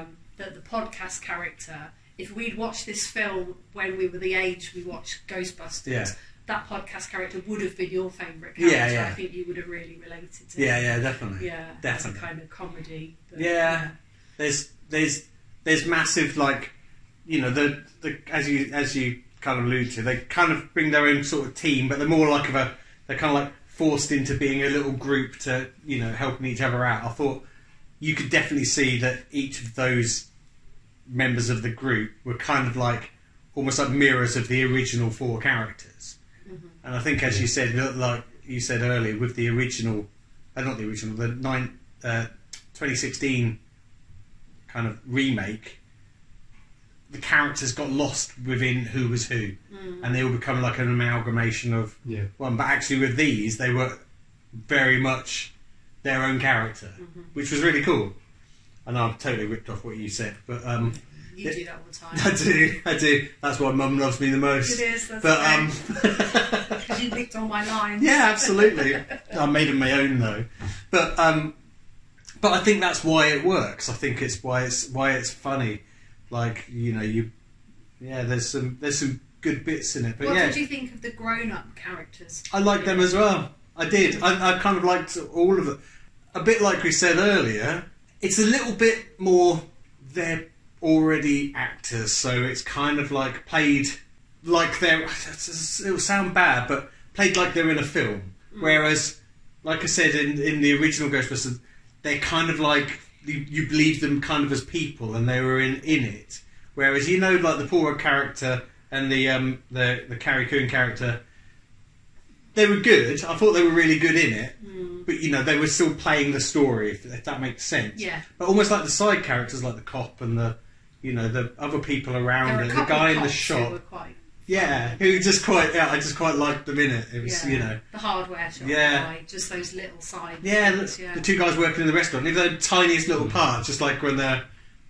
um, that the podcast character, if we'd watched this film when we were the age we watched Ghostbusters, Yeah. that podcast character would have been your favourite Yeah, character. yeah. I think you would have really related to. yeah it. yeah definitely yeah, as a definitely kind of comedy. but- Yeah. there's there's there's massive like you know the the as you as you kind of allude to they kind of bring their own sort of team but they're more like of a they're kind of like forced into being a little group to you know helping each other out i thought you could definitely see that each of those members of the group were kind of like almost like mirrors of the original four characters and i think as you said look, like you said earlier with the original uh, not the original the nine uh, 2016 kind of remake, the characters got lost within who was who, and they all become like an amalgamation of Yeah. one. But actually, with these, they were very much their own character, which was really cool. And I've totally ripped off what you said, but um, you do that all the I time. do, I do. That's why Mum loves me the most. It is, that's but okay. um, Because you picked all my lines. Yeah, absolutely. I made them my own though, but um, but I think that's why it works. I think it's why it's why it's funny. Like you know, you yeah, there's some there's some good bits in it, but What yeah, did you think of the grown-up characters? I like them as well. I did. I, I kind of liked all of them. A bit like we said earlier, it's a little bit more. They're already actors, so it's kind of like played like they're. It'll sound bad, but played like they're in a film. Whereas, like I said in in the original Ghostbusters, they're kind of like you, you believe them kind of as people, and they were in in it. Whereas you know, like the Paul Rudd character and the um the the Carrie Coon character, they were good. I thought they were really good in it, Hmm. but you know they were still playing the story, if, if that makes sense. Yeah. But almost like the side characters, like the cop and the you know the other people There around were a it, the couple guy of in the cops who shop. were quite- Yeah, who just quite yeah, I just quite liked them in it. It was you know the hardware shop. Yeah. guy, just those little side. yeah, things, the, the two guys working in the restaurant, even though tiniest little parts, just like when they're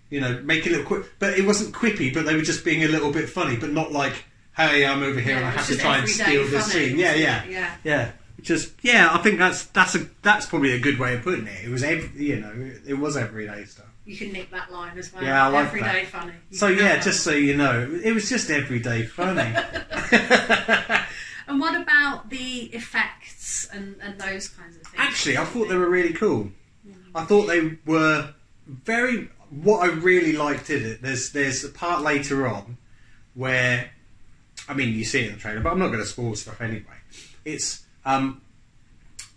you know making little quip, but it wasn't quippy, but they were just being a little bit funny, but not like hey I'm over here Yeah, and I it was have to just try and everyday steal this funny, scene. Yeah, wasn't yeah, it? yeah. yeah. Just yeah, I think that's that's a that's probably a good way of putting it. It was every, you know it, it was everyday stuff. You can nick that line as well. Yeah, I like Everyday that. funny. You So can have yeah, that just so you know, it was just everyday funny. one. And what about the effects and, and those kinds of things? Actually, I thought they were really cool. I thought they were very. What I really liked in it, there's there's a part later on where, I mean, you see it in the trailer, but I'm not going to spoil stuff anyway. It's um,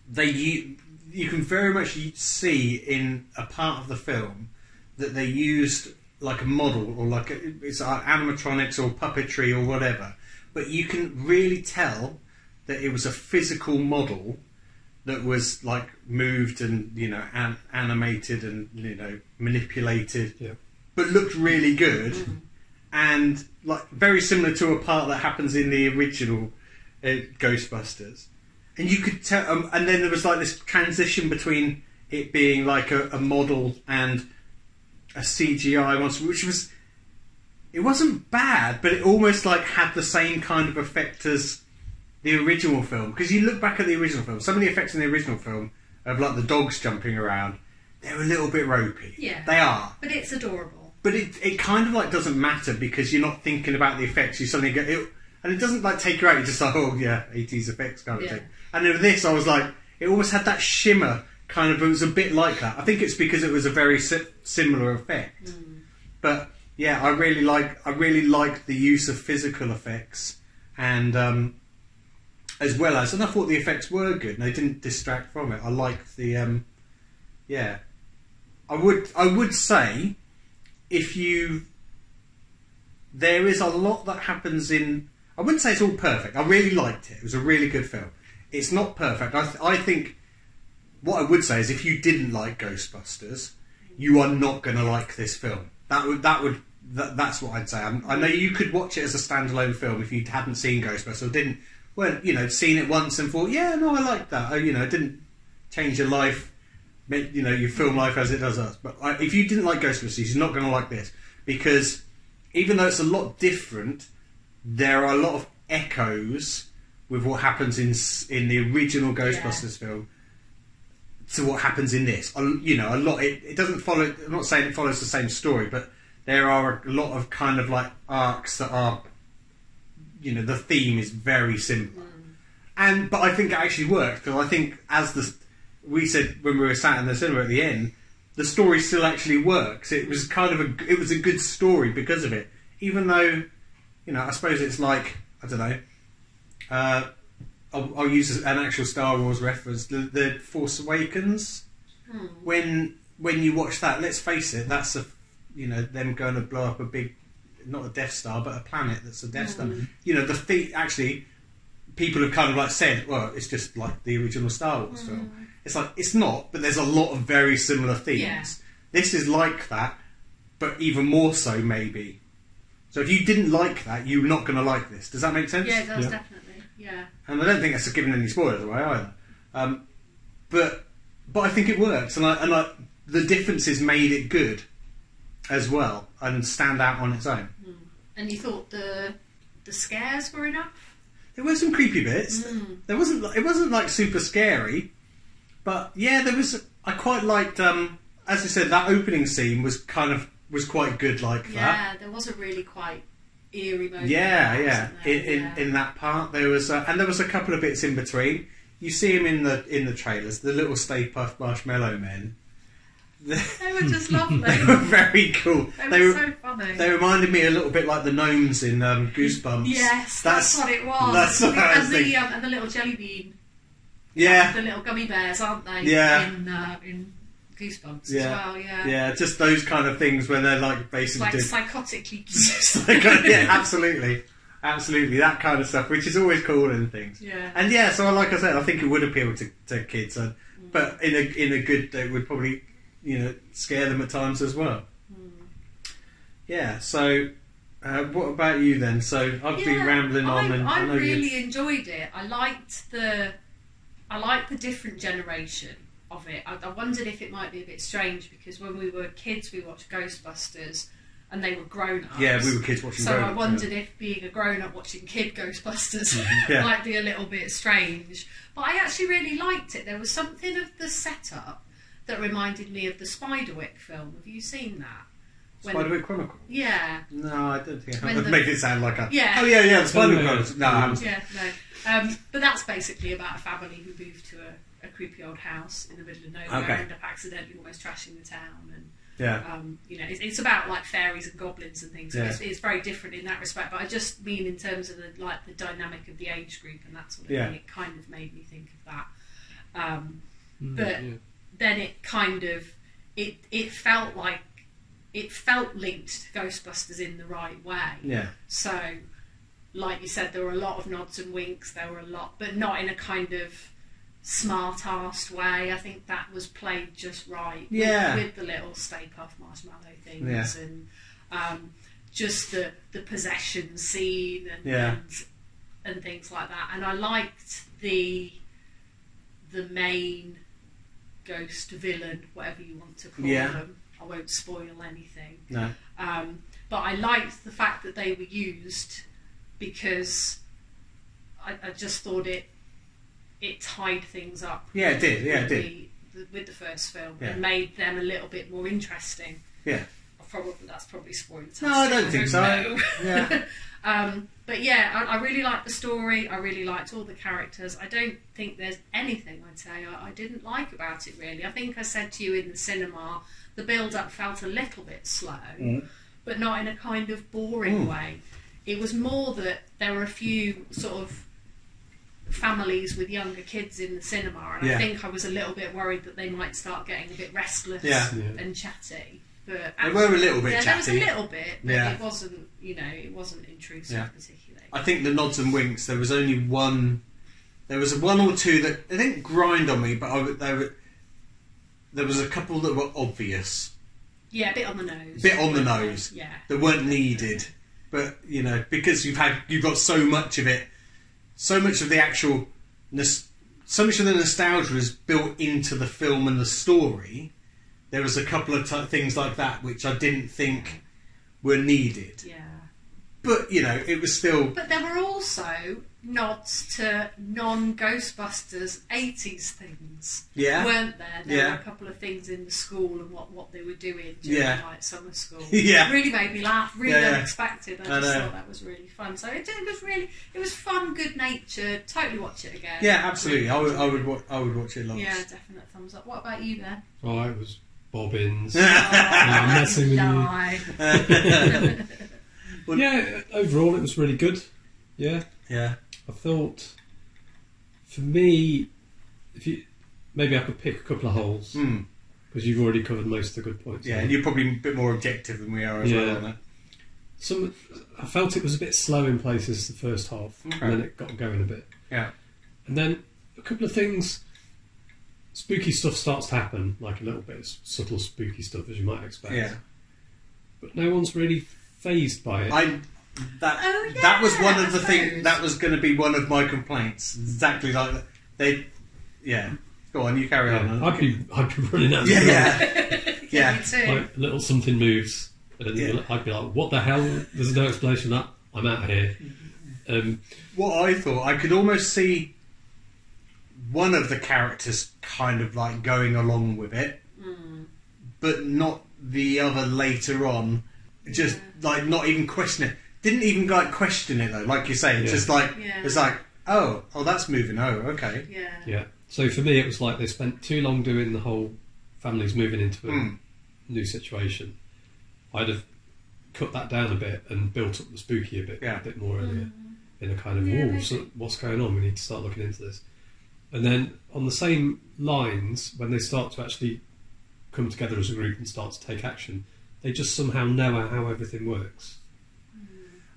they you you can very much see in a part of the film that they used like a model or like a, it's uh, animatronics or puppetry or whatever, but you can really tell that it was a physical model that was like moved and you know an- animated and you know manipulated, Yeah. but looked really good and like very similar to a part that happens in the original uh, Ghostbusters. And you could tell, um, and then there was like this transition between it being like a, a model and a CGI monster, which was it wasn't bad, but it almost like had the same kind of effect as the original film. Because you look back at the original film, some of the effects in the original film of like the dogs jumping around, they're a little bit ropey. Yeah. they are. But it's adorable. But it, it kind of like doesn't matter because you're not thinking about the effects. You suddenly get it, and it doesn't like take you out. You're just like, oh yeah, 80s effects kind of Yeah. thing. And with this, I was like, it almost had that shimmer kind of. It was a bit like that. I think it's because it was a very si- similar effect. But yeah, I really like I really like the use of physical effects and um, as well as, and I thought the effects were good. and They didn't distract from it. I liked the um, yeah. I would I would say if you there is a lot that happens in i wouldn't say it's all perfect i really liked it it was a really good film it's not perfect i, th- I think what i would say is if you didn't like ghostbusters you are not going to like this film that would that would that, that's what i'd say i i know you could watch it as a standalone film if you hadn't seen ghostbusters or didn't well you know seen it once and thought yeah no i like that oh you know it didn't change your life make- you know your film life as it does us. But I, if you didn't like Ghostbusters, you're not going to like this because even though it's a lot different, there are a lot of echoes with what happens in s- in the original Ghostbusters film to what happens in this. A l- You know, a lot. It, it doesn't follow. I'm not saying it follows the same story, but there are a lot of kind of like arcs that are. You know, the theme is very similar and but I think it actually worked because I think as the we said when we were sat in the cinema at the end, the story still actually works. It was kind of a it was a good story because of it, even though you know I suppose it's like I don't know. Uh, I'll, I'll use an actual Star Wars reference: the, the Force Awakens. When when you watch that, let's face it, that's a you know them going to blow up a big, not a Death Star, but a planet that's a Death Star. You know the feat actually people have kind of like said, well, it's just like the original Star Wars film. It's like it's not, but there's a lot of very similar themes. Yeah. This is like that, but even more so maybe. So if you didn't like that, you're not going to like this. Does that make sense? Yeah, it does Yeah. definitely. Yeah. and I don't think that's giving any spoilers away either. Um, but but I think it works, and I, and I, the differences made it good as well and stand out on its own. And you thought the the scares were enough? There were some creepy bits. Mm. There wasn't. li- It wasn't like super scary, but yeah, there was. I quite liked. Um, as I said, that opening scene was kind of was quite good, like that. Yeah, there was a really quite eerie moment. Yeah, wasn't yeah. there? In, in, Yeah. in that part, there was, uh, and there was a couple of bits in between. You see him in the in the trailers, the little Stay Puft Marshmallow Men. They they were just lovely. they were very cool. They were, They were. so funny. They reminded me a little bit like the gnomes in um, Goosebumps. yes, that's, what it was. that's what I was and, the, thinking. um, and the little jelly bean, Yeah, the little gummy bears, aren't they? Yeah. In, uh, in Goosebumps as Yeah. well, yeah. Yeah, just those kind of things when they're like It's basically Like doing. psychotically It's cute. like, yeah, absolutely, absolutely that kind of stuff, which is always cool in things. Yeah. And yeah, so like I said, I think it would appeal to, to kids, and, but in a Hmm. in a good, it would probably you know scare them at times as well. Yeah. So, uh, what about you then? So I've been rambling on, I, and I, know really you. enjoyed it. I liked the, I liked the different generation of it. I, I wondered if it might be a bit strange because when we were kids, we watched Ghostbusters, and they were grown ups. Yeah, we were kids watching. So I Grown-ups, yeah. wondered if being a grown up watching kid Ghostbusters Yeah. might be a little bit strange. But I actually really liked it. There was something of the setup that reminded me of the Spiderwick film. Have you seen that? When- Spiderwick Chronicle. Yeah, No, I don't think. I When the- make it sound like a. Yeah. Oh yeah, yeah. The Spiderwick no. Chronicles. No, I haven't seen yeah, no. Um, but that's basically about a family who moved to a, a creepy old house in the middle of nowhere Okay. and end up accidentally almost trashing the town. And it. Yeah. um, you know, it's, it's about like fairies and goblins and things. So Yeah. it's, it's very different in that respect. But I just mean in terms of the like the dynamic of the age group and that sort of Yeah. thing. It kind of made me think of that. Um, Hmm. Mm, But- yeah. then it kind of it it felt like it felt linked to Ghostbusters in the right way. Yeah. So, like you said, there were a lot of nods and winks. There were a lot, but not in a kind of smart-assed way. I think that was played just right. with- Yeah. With, the little Stay Puft marshmallow things Yeah. and um, just the the possession scene and, Yeah. and and things like that. And I liked the the main ghost villain, whatever you want to call Yeah. them. I won't spoil anything. No. Um, but I liked the fact that they were used because I, I just thought it it tied things up. Yeah, it did. Yeah, it with did. The, the, with the first film Yeah. and made them a little bit more interesting. Yeah. Probably that's probably spoiling. No, I don't think so. Yeah. um, but yeah, I, I really liked the story. I really liked all the characters. I don't think there's anything I'd say I, I didn't like about it. Really, I think I said to you in the cinema, the build-up felt a little bit slow, Mm. but not in a kind of boring Mm. way. It was more that there were a few sort of families with younger kids in the cinema, and Yeah. I think I was a little bit worried that they might start getting a bit restless Yeah. Yeah. and chatty. But They were a little bit yeah, there was a chatty. little bit, but Yeah. it wasn't, you know, it wasn't intrusive Yeah. particularly. I think the nods and winks. There was only one. There was one or two that they didn't grind on me, but I, would- they were. There was a couple that were obvious, Yeah, a bit on the nose. bit on the nose, Yeah. that weren't needed. But you know, because you've had you've got so much of it, so much of the actual, nos- so much of the nostalgia is built into the film and the story. There was a couple of t- things like that which I didn't think were needed, Yeah. but you know, it was still But there were also nods to non Ghostbusters 80s things, yeah, weren't there? There Yeah. were a couple of things in the school and what, what they were doing during Yeah. like summer school. Yeah. Really made me laugh, really Yeah, yeah. unexpected. I I just know. thought that was really fun. So it, did- it was really, it was fun, good natured. Totally watch it again. yeah, absolutely. I would, I would, wa- I would watch it lots. Yeah, definite thumbs up. What about you then? Oh, Oh, it was bobbins. I'm messing with you. Well- yeah, overall it was really good. Yeah, yeah. I thought for me, if you maybe I could pick a couple of holes Hmm. because you've already covered most of the good points. Yeah, and you're probably a bit more objective than we are as Yeah. well. Aren't some I felt it was a bit slow in places the first half, Okay. and then it got going a bit. Yeah. and then a couple of things. Spooky stuff starts to happen, like a little bit of subtle spooky stuff, as you might expect. Yeah. But no one's really phased by it. I that Oh, yeah, that was one I of the suppose. things that was going to be one of my complaints. Exactly like that. They, yeah. Go on, you carry on. I'd be I'd be running out. yeah, the door. yeah, yeah, Yeah. me too. Like, a little something moves, and Yeah. I'd be like, "What the hell? There's no explanation of that. I'm out of here." Um, What I thought, I could almost see one of the characters kind of like going along with it, Hmm. but not the other later on. Just like not even question it. Didn't even like question it though. Like you say, it's Yeah. just like Yeah. it's like oh, oh, that's moving. Oh, okay. yeah. yeah. So for me, it was like they spent too long doing the whole families moving into a Mm. new situation. I'd have cut that down a bit and built up the spooky a bit, Yeah. a bit more earlier in a kind of Hmm. Yeah, "Whoa, so maybe. what's going on? We need to start looking into this. And then on the same lines, when they start to actually come together as a group and start to take action, they just somehow know how everything works.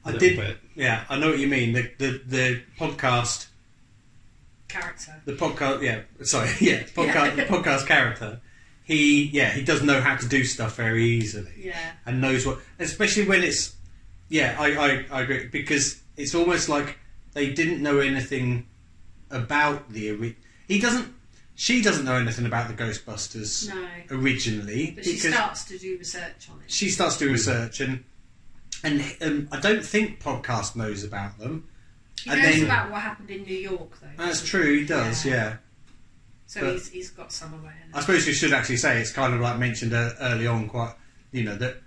a I little did. bit. Yeah, I know what you mean. The the, the podcast Character. the podcast yeah sorry yeah podcast the podcast character he yeah he does know how to do stuff very easily Yeah. and knows what especially when it's yeah I, I, I agree because it's almost like they didn't know anything about the ori- he doesn't she doesn't know anything about the ghostbusters No. originally But she starts to do research on it. she starts doing Mm. research and and um, i don't think podcast knows about them He and knows then- about what happened in New York, though. that's doesn't he? true he does yeah, So but- he's, he's got some awareness. i suppose we should actually say it's kind of like mentioned uh, early on quite you know that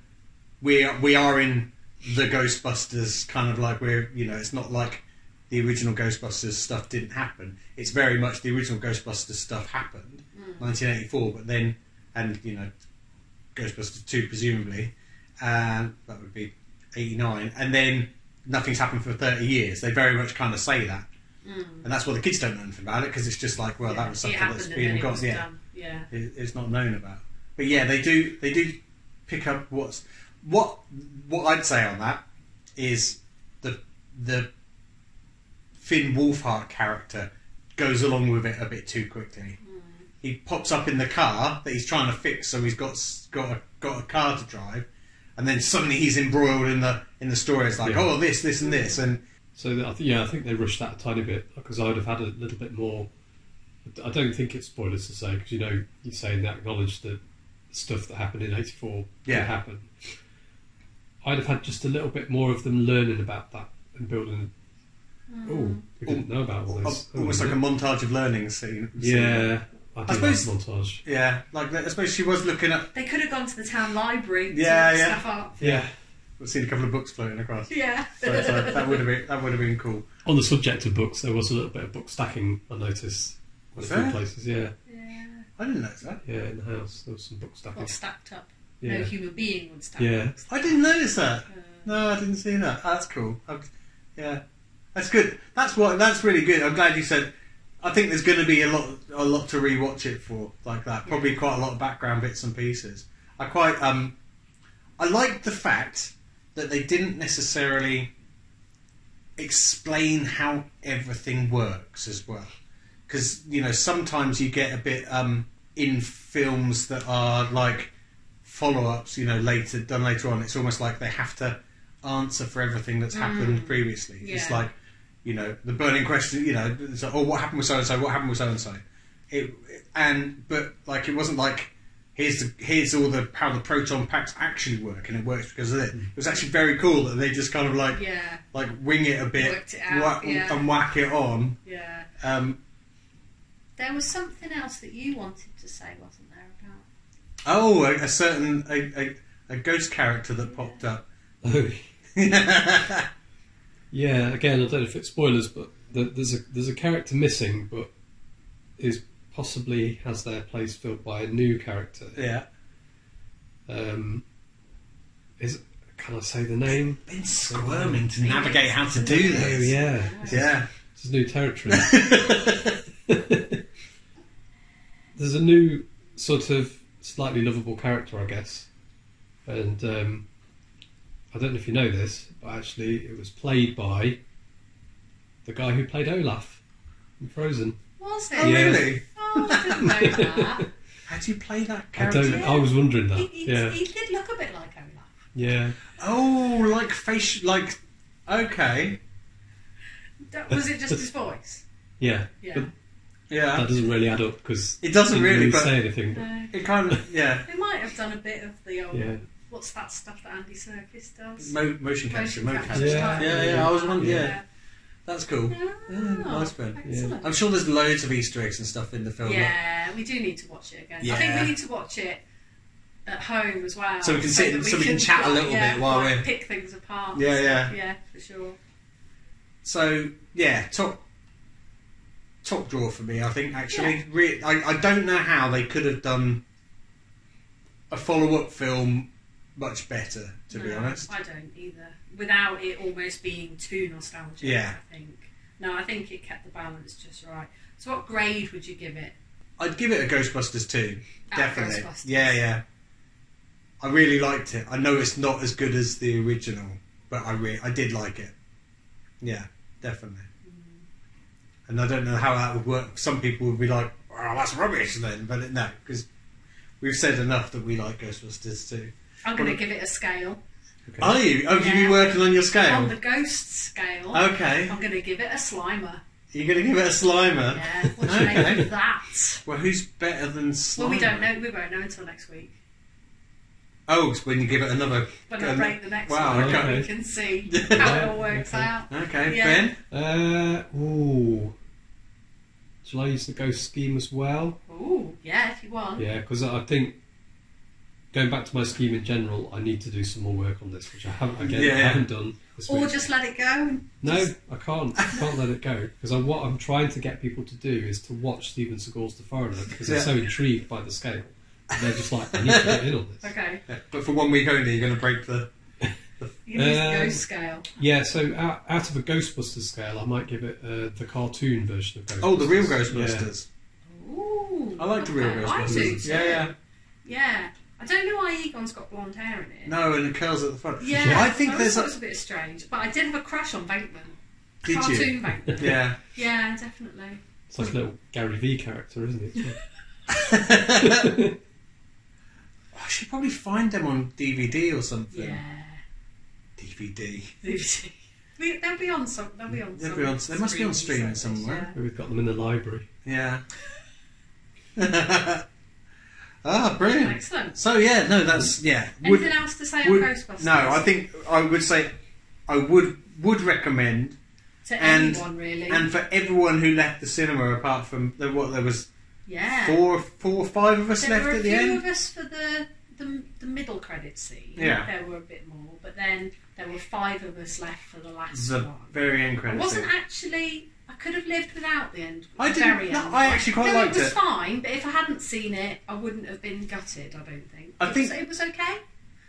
we are, we are in the ghostbusters kind of like we're you know it's not like the original ghostbusters stuff didn't happen it's very much the original ghostbusters stuff happened Hmm. 1984 but then and you know ghostbusters 2 presumably and that would be 89 and then nothing's happened for 30 years they very much kind of say that and that's why the kids don't know anything about it because it's just like well that was Hmm. It something happened that's and been then it got was yeah done. Yeah. it- it's not known about. But yeah, they do they do pick up what's what what I'd say on that is the the Finn Wolfhard character goes along with it a bit too quickly. He pops up in the car that he's trying to fix, so he's got s- got a, got a car to drive, and then suddenly he's embroiled in the in the story. It's like Yeah. oh this this and this, and So that, I think yeah, I think they rushed that a tiny bit because I would have had a little bit more. I don't think it's spoilers to say because you know you're saying they acknowledge that stuff that happened in '84 Yeah. did happen. I'd have had just a little bit more of them learning about that and building. Mm. Oh, we didn't know about all this. al- almost Oh, like a montage of learning scene. yeah. I, do I like suppose- montage. yeah. Like I suppose she was looking at. They could have gone to the town library. to Yeah, look yeah. Stuff up. Yeah. I've seen a couple of books floating across. Yeah. so, so that would have been that would have been cool. On the subject of books, there was a little bit of book stacking. I noticed in a Was few there? places. Yeah, yeah. I didn't notice that. yeah, in the house there was some book stacking. Got stacked up. No Yeah, human being would stack Yeah. up. I didn't notice that. Uh, No, I didn't see that. That's cool. i yeah, that's good. That's what. That's really good. I'm glad you said. I think there's going to be a lot, a lot to rewatch it for, like that. Probably quite a lot of background bits and pieces. I quite, um, I liked the fact that they didn't necessarily explain how everything works as well, because you know sometimes you get a bit um, in films that are like follow-ups, you know, later done later on. It's almost like they have to answer for everything that's happened previously. It's Yeah. like, you know, the burning question. You know, it's like, oh, what happened with so and so? What happened with so and so? It and but like it wasn't like here's the here's all the how the proton packs actually work and it works because of it. It was actually very cool that they just kind of like yeah. like wing it a bit Worked it out, whack, yeah. and whack it on. Yeah. Um, There was something else that you wanted to say, wasn't there, about oh, a, a certain a, a, a ghost character that popped up. Oh, Yeah, again, I don't know if it's spoilers, but th- there's a there's a character missing, but is possibly has their place filled by a new character. yeah, Um, is can I say the name? been squirming to navigate how to do Oh this. yeah, yeah, this is new territory. there's a new sort of slightly lovable character, I guess, and um, I don't know if you know this, but actually it was played by the guy who played Olaf in Frozen. was Oh it? Yeah. really? Oh, I didn't know that. How do you play that I character? don't. I was wondering he, that. he, Yeah, he did look a bit like Olaf. yeah. Oh, like face, like okay, That- Was it just his voice? Yeah, Yeah. But yeah. that doesn't really add up because It doesn't didn't really, really but- say anything. But No. It kind of yeah, They might have done a bit of the old. yeah, What's that stuff that Andy Serkis does? Mo- motion capture, motion capture. capture. type. Yeah, yeah, I was wondering- yeah. That's cool. Ah, nice one. Excellent. I'm sure there's loads of Easter eggs and stuff in the film. that- Yeah, we do need to watch it again. I think Yeah. we need to watch it at home as well. So we can sit that and- so we can chat a little yeah, bit while like, we're- pick things apart. and Yeah, stuff. yeah. yeah, for sure. So yeah, top top draw for me. I think actually, Re- I, I don't know how they could have done a follow up film much better. To be No, honest, I don't either. Without it almost being too nostalgic, Yeah. I think. No, I think it kept the balance just right. So, what grade would you give it? I'd give it a Ghostbusters two. At Definitely, Ah, Ghostbusters? yeah, yeah. I really liked it. I know it's not as good as the original, but I re- I did like it. Yeah, definitely. Mm-hmm. And I don't know how that would work. Some people would be like, "Oh, that's rubbish," then, but it, no, because We've said enough that we like Ghostbusters too. I'm going to give it a scale. Okay. Are you? Oh, you Yeah. be working on your On scale? Oh, the ghost scale, Okay. I'm going to give it a Slimer. You're going to give it a Slimer? Yeah, what do you make Okay. of that? Well, who's better than Slimer? Well, we don't know. We won't know until next week. Oh, so when you give it another. When I break the next Wow, one, okay. we can see how it all works Okay. out. Okay, Yeah. Ben? Uh, ooh. Shall I use the ghost scheme as well? Ooh, yeah, if you want. Yeah, because I think going back to my scheme in general, I need to do some more work on this, which I haven't again Yeah. I haven't done. This Or week. just let it go. no, just- I can't. I can't let it go because I, what I'm trying to get people to do is to watch Steven Seagal's The Foreigner because they're Yeah. so intrigued by the scale. And they're just like, I need to get in on this. Okay, Yeah, but for one week only, you're going to break the. you can use the Um, ghost scale. Yeah, so out, out of a Ghostbusters scale, I might give it uh, the cartoon version of Ghostbusters. Oh, the real Yeah. Ghostbusters. Ooh, I like the real okay, I do Ghostbusters. too. Yeah, yeah. Yeah. I don't know why Egon's got blonde hair in it. No, and the curls at the front. Yeah, I think always there's. thought it A, was a bit strange, but I did have a crush on Bankman. Did you? Cartoon Bankman. yeah. yeah, definitely. It's like a little Gary Vee character, isn't it? I should probably find them on DVD or something. Yeah. DVD. They- They'll be on some. They'll be on. They'll some be on- they must be on streaming streaming somewhere. We've got them in the library. Yeah. ah, yeah. brilliant. Excellent. So yeah, no, that's yeah. Would- Anything else to say would- on Ghostbusters? no, I think I would say I would would recommend, to and- anyone really. and for everyone who left the cinema, apart from the, what there was yeah. four, four or five of us there left were a at the few end. of us for the, the the middle credit scene. Yeah. There were a bit more, but then there were five of us left for the last The one. very end I credits. wasn't actually. I could have lived without the end. I the didn't- very no, end. I actually quite no, liked it. was it. fine, but if I hadn't seen it, I wouldn't have been gutted. I don't think. I it think- was, it was okay,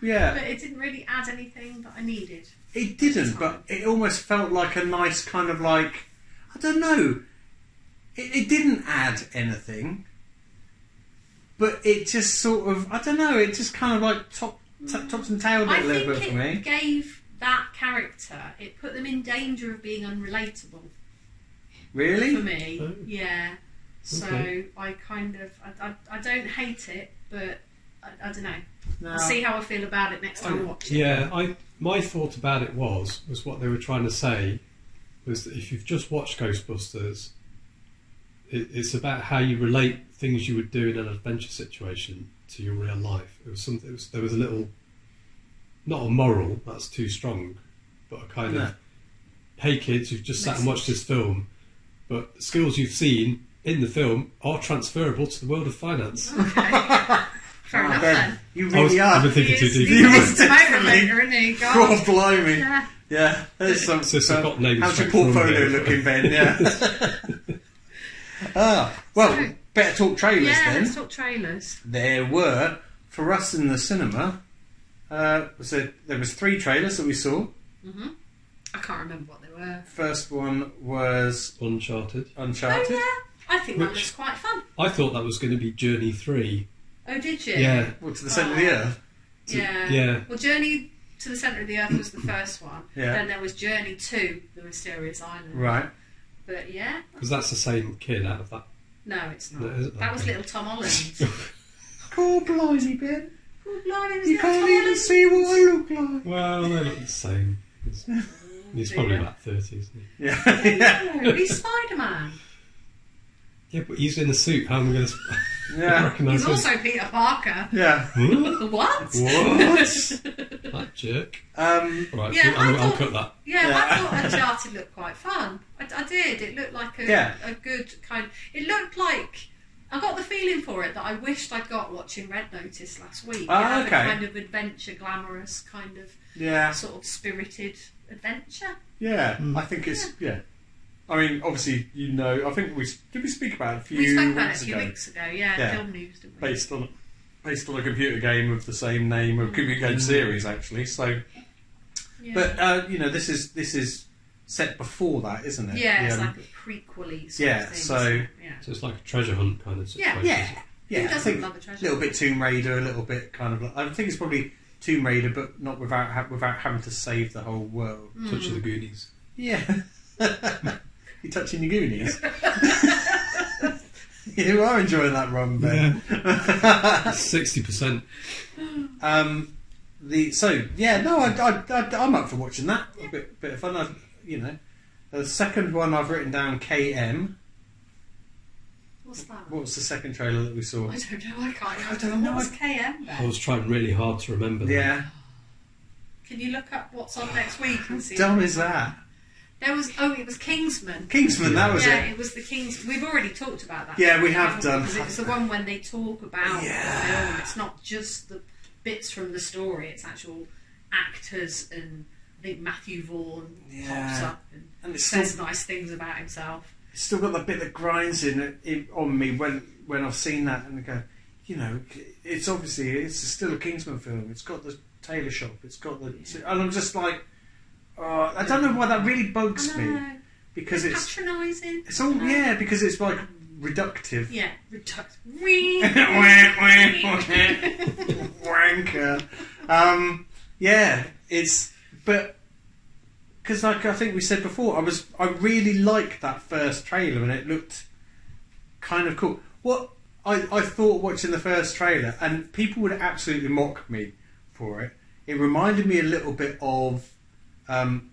yeah, but it didn't really add anything that I needed. It didn't, but it almost felt like a nice kind of like I don't know. It, it didn't add anything, but it just sort of I don't know. It just kind of like top, top tops and tailed I it a little think bit for it me. gave that character. It put them in danger of being unrelatable. for Really? me. Oh. Yeah. So Okay. I kind of I, I, I don't hate it, but I, I don't know. No. I'll see how I feel about it next time I Oh, watch it. Yeah, I my thought about it was was what they were trying to say was that if you've just watched Ghostbusters, it, it's about how you relate things you would do in an adventure situation to your real life. It was something. It was, there was a little, not a moral. That's too strong, but a kind No. of, hey kids, you've just sat and watched this film, but the skills you've seen in the film are transferable to the world of finance. Okay. Fair enough Ah, Oh, Ben, then. you I was, really I've been are. thinking too He's- deep. he's You a were Mr. definitely Motivator, isn't he? God. God blimey. Yeah. Yeah, there's some. It's just I've got names how's your straight from there. portfolio looking, Ben? Yeah. ah, well, So- better talk trailers Yeah, then. let's talk trailers. there were for us in the cinema. Uh, was there, there was three trailers that we saw. I can't remember what they were. First one was Uncharted. Oh Uncharted. yeah, I think that Which- looks quite fun. I thought that was going to be Journey Three. Oh, did you? yeah. Well, to the centre of the earth. Yeah. yeah. Well, Journey to the Centre of the Earth was the first one. Yeah. Then there was Journey to the Mysterious Island. Right. But yeah, Because that's the same kid out of that. no, it's not. No, is it? That was Okay. little Tom Holland. Cool blimey, Ben. Oh, blimey, was You that can't Tom even Holland? see what I look like. Well, they look the same. He's, he's probably about 30, isn't he? Yeah. yeah. No, he's Spider Man. Yeah, but he's in a suit. How am I going to Yeah. recognise He's him? also Peter Parker. Yeah. Huh? What? What? That jerk. Um, All right, Yeah, I'm, I I'll thought- cut that. Yeah, Yeah. I thought Uncharted looked quite fun. I, I did. It looked like a, Yeah. a good kind. It looked like I got the feeling for it that I wished I'd got watching Red Notice last week. Ah, it had okay. a kind of adventure, glamorous kind of yeah. sort of spirited adventure. Yeah. I think it's yeah. I mean, obviously, you know. I think we did we speak about it a few we spoke about it a weeks few ago. weeks ago. Yeah, Yeah. film news, didn't we? based on based on a computer game of the same name, a computer game series actually. So, Yeah. but uh, you know, this is this is set before that, isn't it? yeah, it's um, like a prequely. Sort yeah, Of thing, so- isn't it? yeah. So it's like a treasure hunt kind of Yeah, situation. isn't yeah, it? yeah. Who I doesn't think love a a treasure? little bit Tomb Raider, a little bit kind of. Like, I think it's probably Tomb Raider, but not without ha- without having to save the whole world. Touch of Mm-hmm. the Goonies. Yeah, you're touching your Goonies. you are enjoying that rum, Ben. Sixty percent. um, the so yeah, no, I, I, I, I'm up for watching that. A bit, bit of fun, I, you know. The second one I've written down KM. What's that? What was the second trailer that we saw? I don't know. I can't. I don't know. What's KM? I Then? was trying really hard to remember. that. Yeah, Can you look up what's on next week and see? dumb is that? There was oh, it was Kingsman. Kingsman, that was yeah, it. it? was the Kings. We've already talked about that. Yeah, we have done. Because it's the one when they talk about Yeah. the film. It's not just the bits from the story. It's actual actors and I think Matthew Vaughan pops Yeah. up and, And it's says nice things about himself. still got the bit that grinds in, it- in on me when when I've seen that and I go, you know, it's obviously it's still a Kingsman film. It's got the tailor shop. It's got the and I'm just like, oh, I don't know why that really bugs I me know. because it's patronising. it's all I know. yeah because it's like reductive. Yeah, reduct. Wee. Wah, wah, wah. Wanker. Um, yeah, it's but because like I think we said before, I was I really liked that first trailer and it looked kind of cool. What I, I thought watching the first trailer and people would absolutely mock me for it. It reminded me a little bit of um,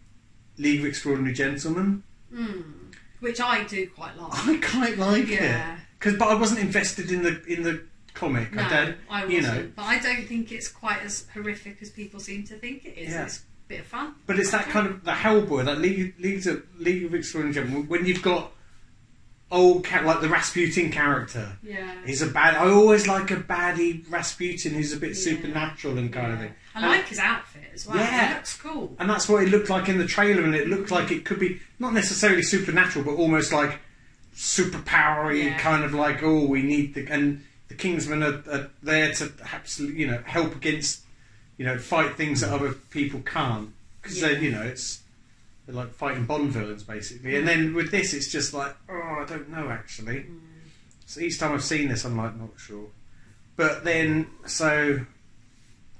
League of Extraordinary Gentlemen. Mm, which I do quite like. I quite like it Yeah. because but I wasn't invested in the in the comic. No, I don't. I wasn't. you know. But I don't think it's quite as horrific as people seem to think it is. Yeah. It's a bit of fun. But it's that kind of the Hellboy, that League, League, of, League of Extraordinary Gentlemen. When you've got old cat like the Rasputin character, Yeah. he's a bad. I always like a baddie Rasputin who's a bit Yeah. supernatural and kind of Yeah. thing. I like his outfit as well. Yeah. It looks cool. And that's what it looked like in the trailer, and it looked like it could be not necessarily supernatural, but almost like superpowery Yeah. kind of like oh we need the and the Kingsmen are, are there to absolutely you know help against you know fight things that other people can't because Yeah. then you know it's they're like fighting Bond villains basically, and then with this it's just like oh I don't know actually. Mm. So each time I've seen this, I'm like not sure, but then so.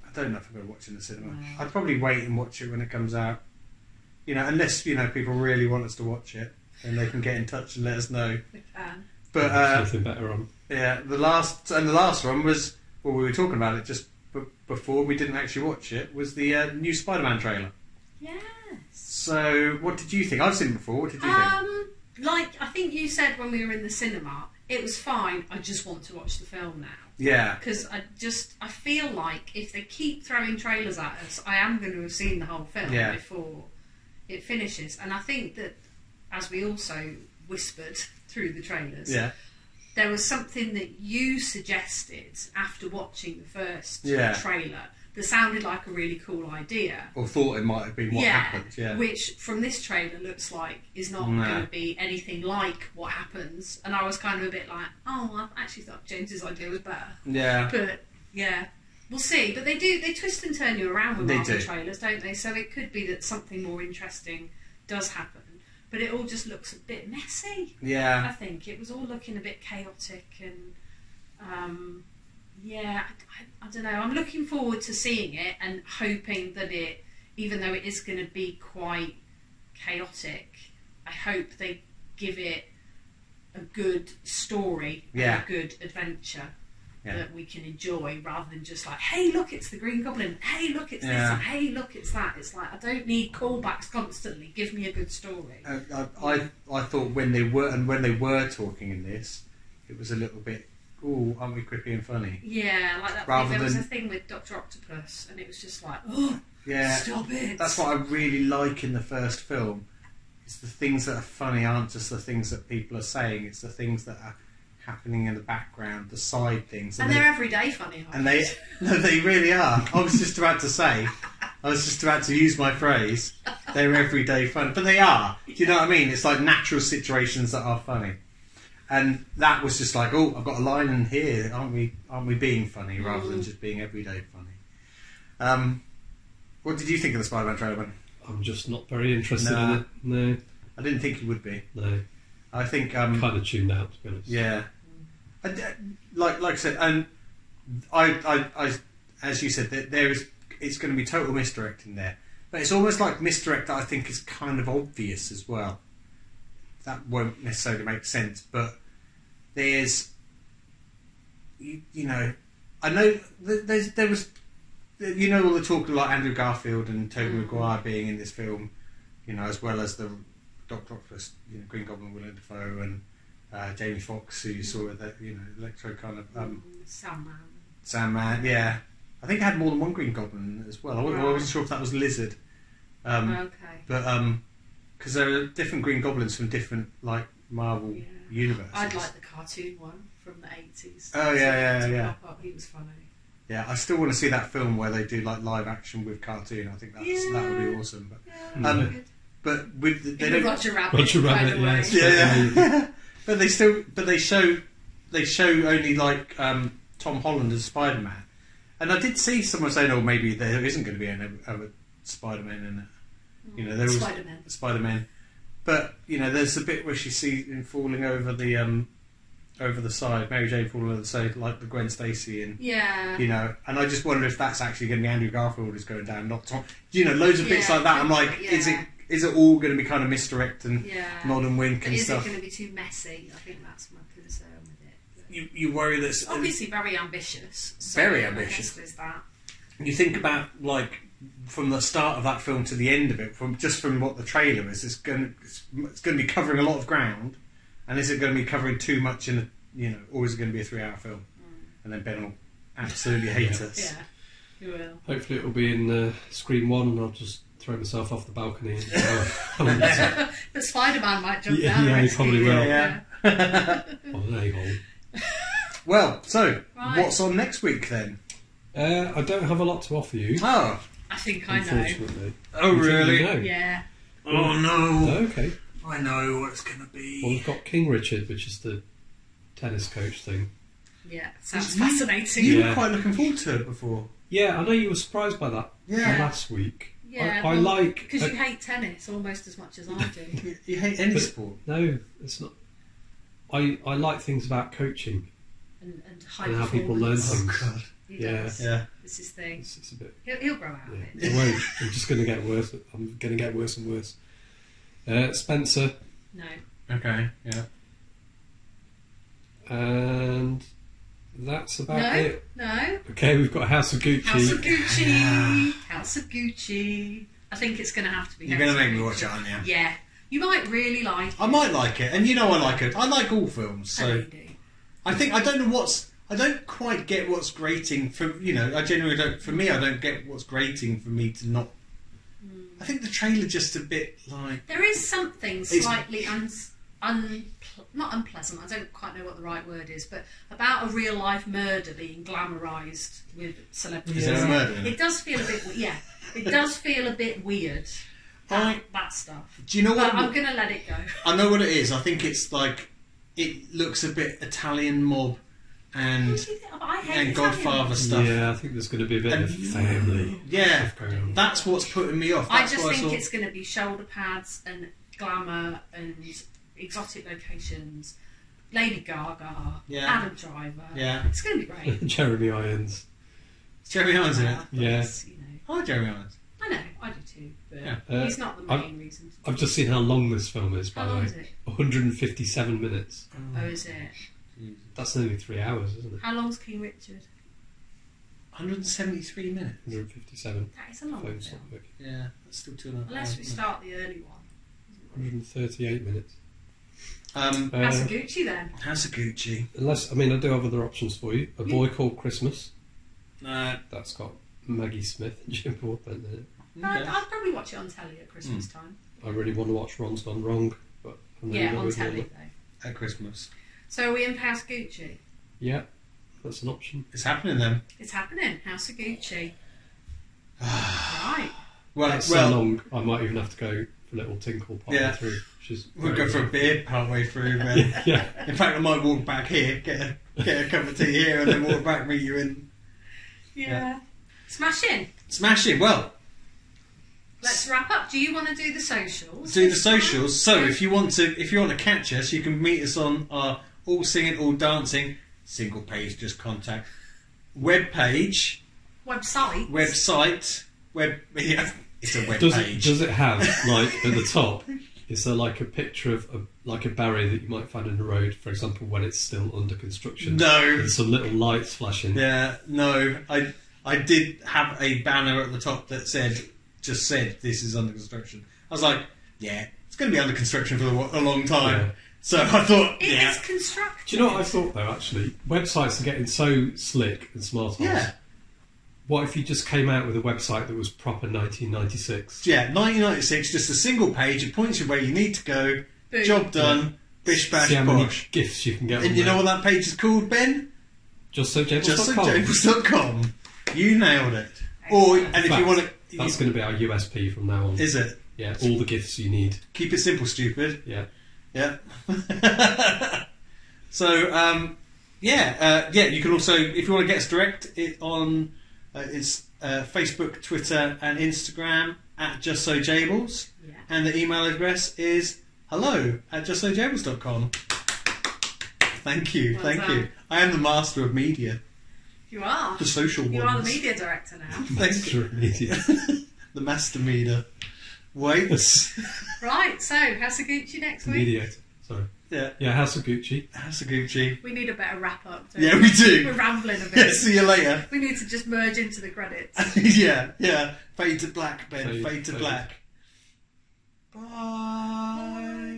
I don't know if I'm going to watch it in the cinema. No. I'd probably wait and watch it when it comes out. You know, unless you know people really want us to watch it, then they can get in touch and let us know. Um, But uh, something better on. yeah, the last and the last one was well, we were talking about it just b- before we didn't actually watch it. Was the uh, new Spider-Man trailer? yes. So, what did you think? I've seen it before. What did you think? Um, like I think you said when we were in the cinema, it was fine. I just want to watch the film now Yeah, because I just I feel like if they keep throwing trailers at us, I am going to have seen the whole film Yeah. before it finishes. And I think that as we also whispered through the trailers, yeah, there was something that you suggested after watching the first Yeah. trailer that sounded like a really cool idea. or thought it might have been what happened. Yeah, Which from this trailer looks like is not No. going to be anything like what happens. And I was kind of a bit like, oh, I actually thought James's idea was better. yeah, But yeah, we'll see. But they do they twist and turn you around with They Marvel do. trailers, don't they? So it could be that something more interesting does happen. But it all just looks a bit messy. I yeah. think it was all looking a bit chaotic and um, yeah, I, I, I don't know. I'm looking forward to seeing it and hoping that it, even though it is going to be quite chaotic, I hope they give it a good story, and Yeah. a good adventure. Yeah. That we can enjoy rather than just like, hey, look, it's the Green Goblin. Hey, look, it's this. Yeah. And hey, look, it's that. It's like, I don't need callbacks constantly. Give me a good story. Uh, I, I I thought when they were and when they were talking in this, it was a little bit. Oh, aren't we quippy and funny? Yeah, like that. Rather there was a than- thing with Doctor Octopus, and it was just like, oh, Yeah, stop it. That's what I really like in the first film. It's the things that are funny aren't just the things that people are saying. It's the things that are happening in the background, the side things, And they're everyday funny. and they no, they really are. I was just about to say, I was just about to use my phrase. They're everyday fun, but they are. Do you know what I mean? It's like natural situations that are funny, and that was just like, oh, I've got a line in here. Aren't we? Aren't we being funny rather Mm. than just being everyday funny? Um, what did you think of the Spider-Man trailer? Ben? I'm just not very interested Nah. in it. I didn't think you would be. No, no. I think, um, Kind of tuned out to be honest. yeah, I d like like I said, and I, I, I as you said, there, there is it's going to be total misdirect in there, but it's almost like misdirect that I think is kind of obvious as well. That won't necessarily make sense, but there- there's you, you know I know th- there's there was you know all the talk of like Andrew Garfield and Tobey Maguire being in this film, you know, as well as the Doctor Octopus, you know, Green Goblin, Willem Dafoe, and uh, Jamie Foxx, who you saw at that, you know, Electro kind of um, Sandman. Sandman. Yeah, I think I had more than one Green Goblin as well. I wasn't, I wasn't sure if that was Lizard, um, okay. but um, because there are different Green Goblins from different like Marvel Yeah. universes. I'd like the cartoon one from the eighties. Oh, yeah, yeah, yeah. He was funny. Yeah, I still want to see that film where they do like live action with cartoon. I think that's that would be Yeah. awesome. But Yeah, Um, good. but with the, they In the don't Roger Rabbit. Roger by Rabbit, the way. yes. yeah, yeah. but they still but they show they show only like um, Tom Holland as Spider Man, and I did see someone saying, "Oh, maybe there isn't going to be any other Spider Man in it." You know, there was Spider-Man. Spider Man, but you know, there's a bit where she sees him falling over the um, over the side, Mary Jane falling over the side, like the Gwen Stacy in Yeah. you know, and I just wonder if that's actually going to be Andrew Garfield is going down, not Tom. You know, loads of bits Yeah, like that. I'm like, is it yeah. is it all going to be kind of misdirect and Yeah. nod and wink But and is stuff? it going to be too messy? I think that's my concern with it. But You you worry that It's obviously very ambitious. So Very I guess ambitious. There's that. you think about like from the start of that film to the end of it, from just from what the trailer is, it's going it's, it's going to be covering a lot of ground, and is it going to be covering too much in a you know, or is it going to be a three hour film? And then Ben will absolutely hate us. Yeah. You will. Hopefully, it will be in uh, Screen One, and I'll just throw myself off the balcony. and- Oh, But Spider Man might jump Yeah, down. yeah, and he rescue probably you. will. Yeah. oh, there you go. Well, so Right. what's on next week then? Uh, I don't have a lot to offer you, Oh, I think I know. unfortunately. oh You think you know? Yeah. Oh no! Okay. I know what it's gonna Well, be. we've got King Richard, which is the tennis coach thing. Yeah. Sounds You- fascinating. You Yeah. were quite looking forward to it before. Yeah, I know you were surprised by that Yeah. last week. Yeah, I, I like. Because uh, you hate tennis almost as much as I do. You, you hate any But- sport. no, it's not. I I like things about coaching. and, and high And how people performance. learn. oh, god! He Yeah. does. Yeah. It's his thing. It's, it's a bit. He'll, he'll grow out of it. Yeah, I won't. I'm just going to get worse. I'm going to get worse and worse. Uh, Spencer No. Okay. Yeah. and that's about no. it. No. Okay, we've got House of Gucci. House of Gucci. Yeah. House of Gucci. I think it's going to have to be. You're House gonna of make me Gucci. watch it, aren't you? Yeah. You might really like I might like it, and you know I like it. I like all films, I so really do. I think I don't know what's. I don't quite get what's grating for you know. I genuinely don't. For me, I don't get what's grating for me to not. Hmm. I think the trailer just a bit like There is something It's- slightly un, un, not unpleasant. I don't quite know what the right word is, but about a real life murder being glamorized with celebrities. Is there a murder in it? It does feel a bit. we- Yeah, it does feel a bit weird. That, I- that stuff. Do you know But what? I'm gonna let it go. I know what it is. I think it's like it looks a bit Italian mob and I hate and Italian Godfather ones. stuff. Yeah, I think there's going to be a bit And- of family. Yeah, stuff going on. that's what's putting me off. I That's just why think I saw, it's gonna be shoulder pads and glamour and exotic locations. Lady Gaga, Yeah. Adam Driver. Yeah, It's gonna be great. Jeremy Irons. Jeremy Irons in it. Uh, but Yeah. it's, you know, I like Jeremy Irons. I know, I do too, but Yeah. Uh, he's not the I've- main reason. To I've just seen how long this film is. By How the long way, is it? 157 minutes. Oh, is it? That's nearly three hours, isn't it? How long's King Richard? 173 minutes. 157. That is a long Phone's film. not working. Yeah, that's still two and a half. Uh, Unless we hours, isn't start the early one. 138 minutes. it? Um, Uh, That's a Gucci then. House of Gucci. Unless, I mean, I do have other options for you. A Boy Called Christmas. Uh, That's got Maggie Smith and Jim Broadbent in it. I'd, okay. I'd probably watch it on telly at Christmas time. I really want to watch Ron's Gone Wrong, but I'm really Yeah, not on with Hmm. you telly that. though. At Christmas. So are we in House Gucci? Yeah, that's an option. It's happening then. It's happening. House of Gucci. right. Well, That's well, so long. I might even have to go for a little tinkle part Yeah. through. Which is we'll very go for a nice. beer partway through. Man. Yeah, in fact, I might walk back here, get a, get a cup of tea here, and then walk back, meet you in. Yeah. Yeah. Smash in. Smash it. Well, Let's wrap up. Do you want to do the socials? do the socials. So if you want to, if you want to catch us, you can meet us on our all singing, all dancing single page. Just contact web page, Website. website, web. Yeah, it's a web does it page. does it have like at the top Is there like a picture of a, like a barrier that you might find in the road, for example, when it's still under construction? No. With some little lights flashing. Yeah, no. I I did have a banner at the top that said just said this is under construction. I was like, yeah, it's going to be under construction for a, wa- a long time. Yeah. So I thought, It is yeah, constructed. Do you know what I thought though? Actually, websites are getting so slick and smart. on us. yeah, What if you just came out with a website that was proper 1996? yeah. 1996, just a single page. It points you where you need to go. Boom. Job done. Bish bash See how many bosh. gifts you can get. on And you there. know what that page is called, Ben? Just so James. JustSoJables.com. You nailed it. Or and if you want That's to, going to be our USP from now on. is it? yeah, all the gifts you need. Keep it simple, stupid. Yeah. Yeah. so um, yeah, uh, yeah. You can also, if you want to get us direct, it on uh, it's uh, Facebook, Twitter, and Instagram at Just So Jables, Yeah. and the email address is hello at justsojables.com. Thank you, Well thank you. done. I am the master of media, You are. the social You are the ones. media director now. Thank you. Sure, immediate. the master meter. Wait. right, so Hasaguchi next week. Mediator. Sorry. yeah, Yeah, House of Gucci. that's a Gucci. We need a better wrap up. don't Yeah, we We're do. rambling a bit. Yeah, see you later. We need to just merge into the credits. yeah, yeah. Fade to black, Ben. Fade- Fade, to fade. black. Bye.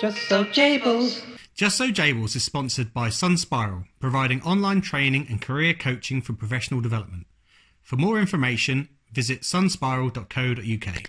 Just so Jables. Just So Jables is sponsored by Sun Spiral, providing online training and career coaching for professional development. For more information, visit sunspiral.co.uk.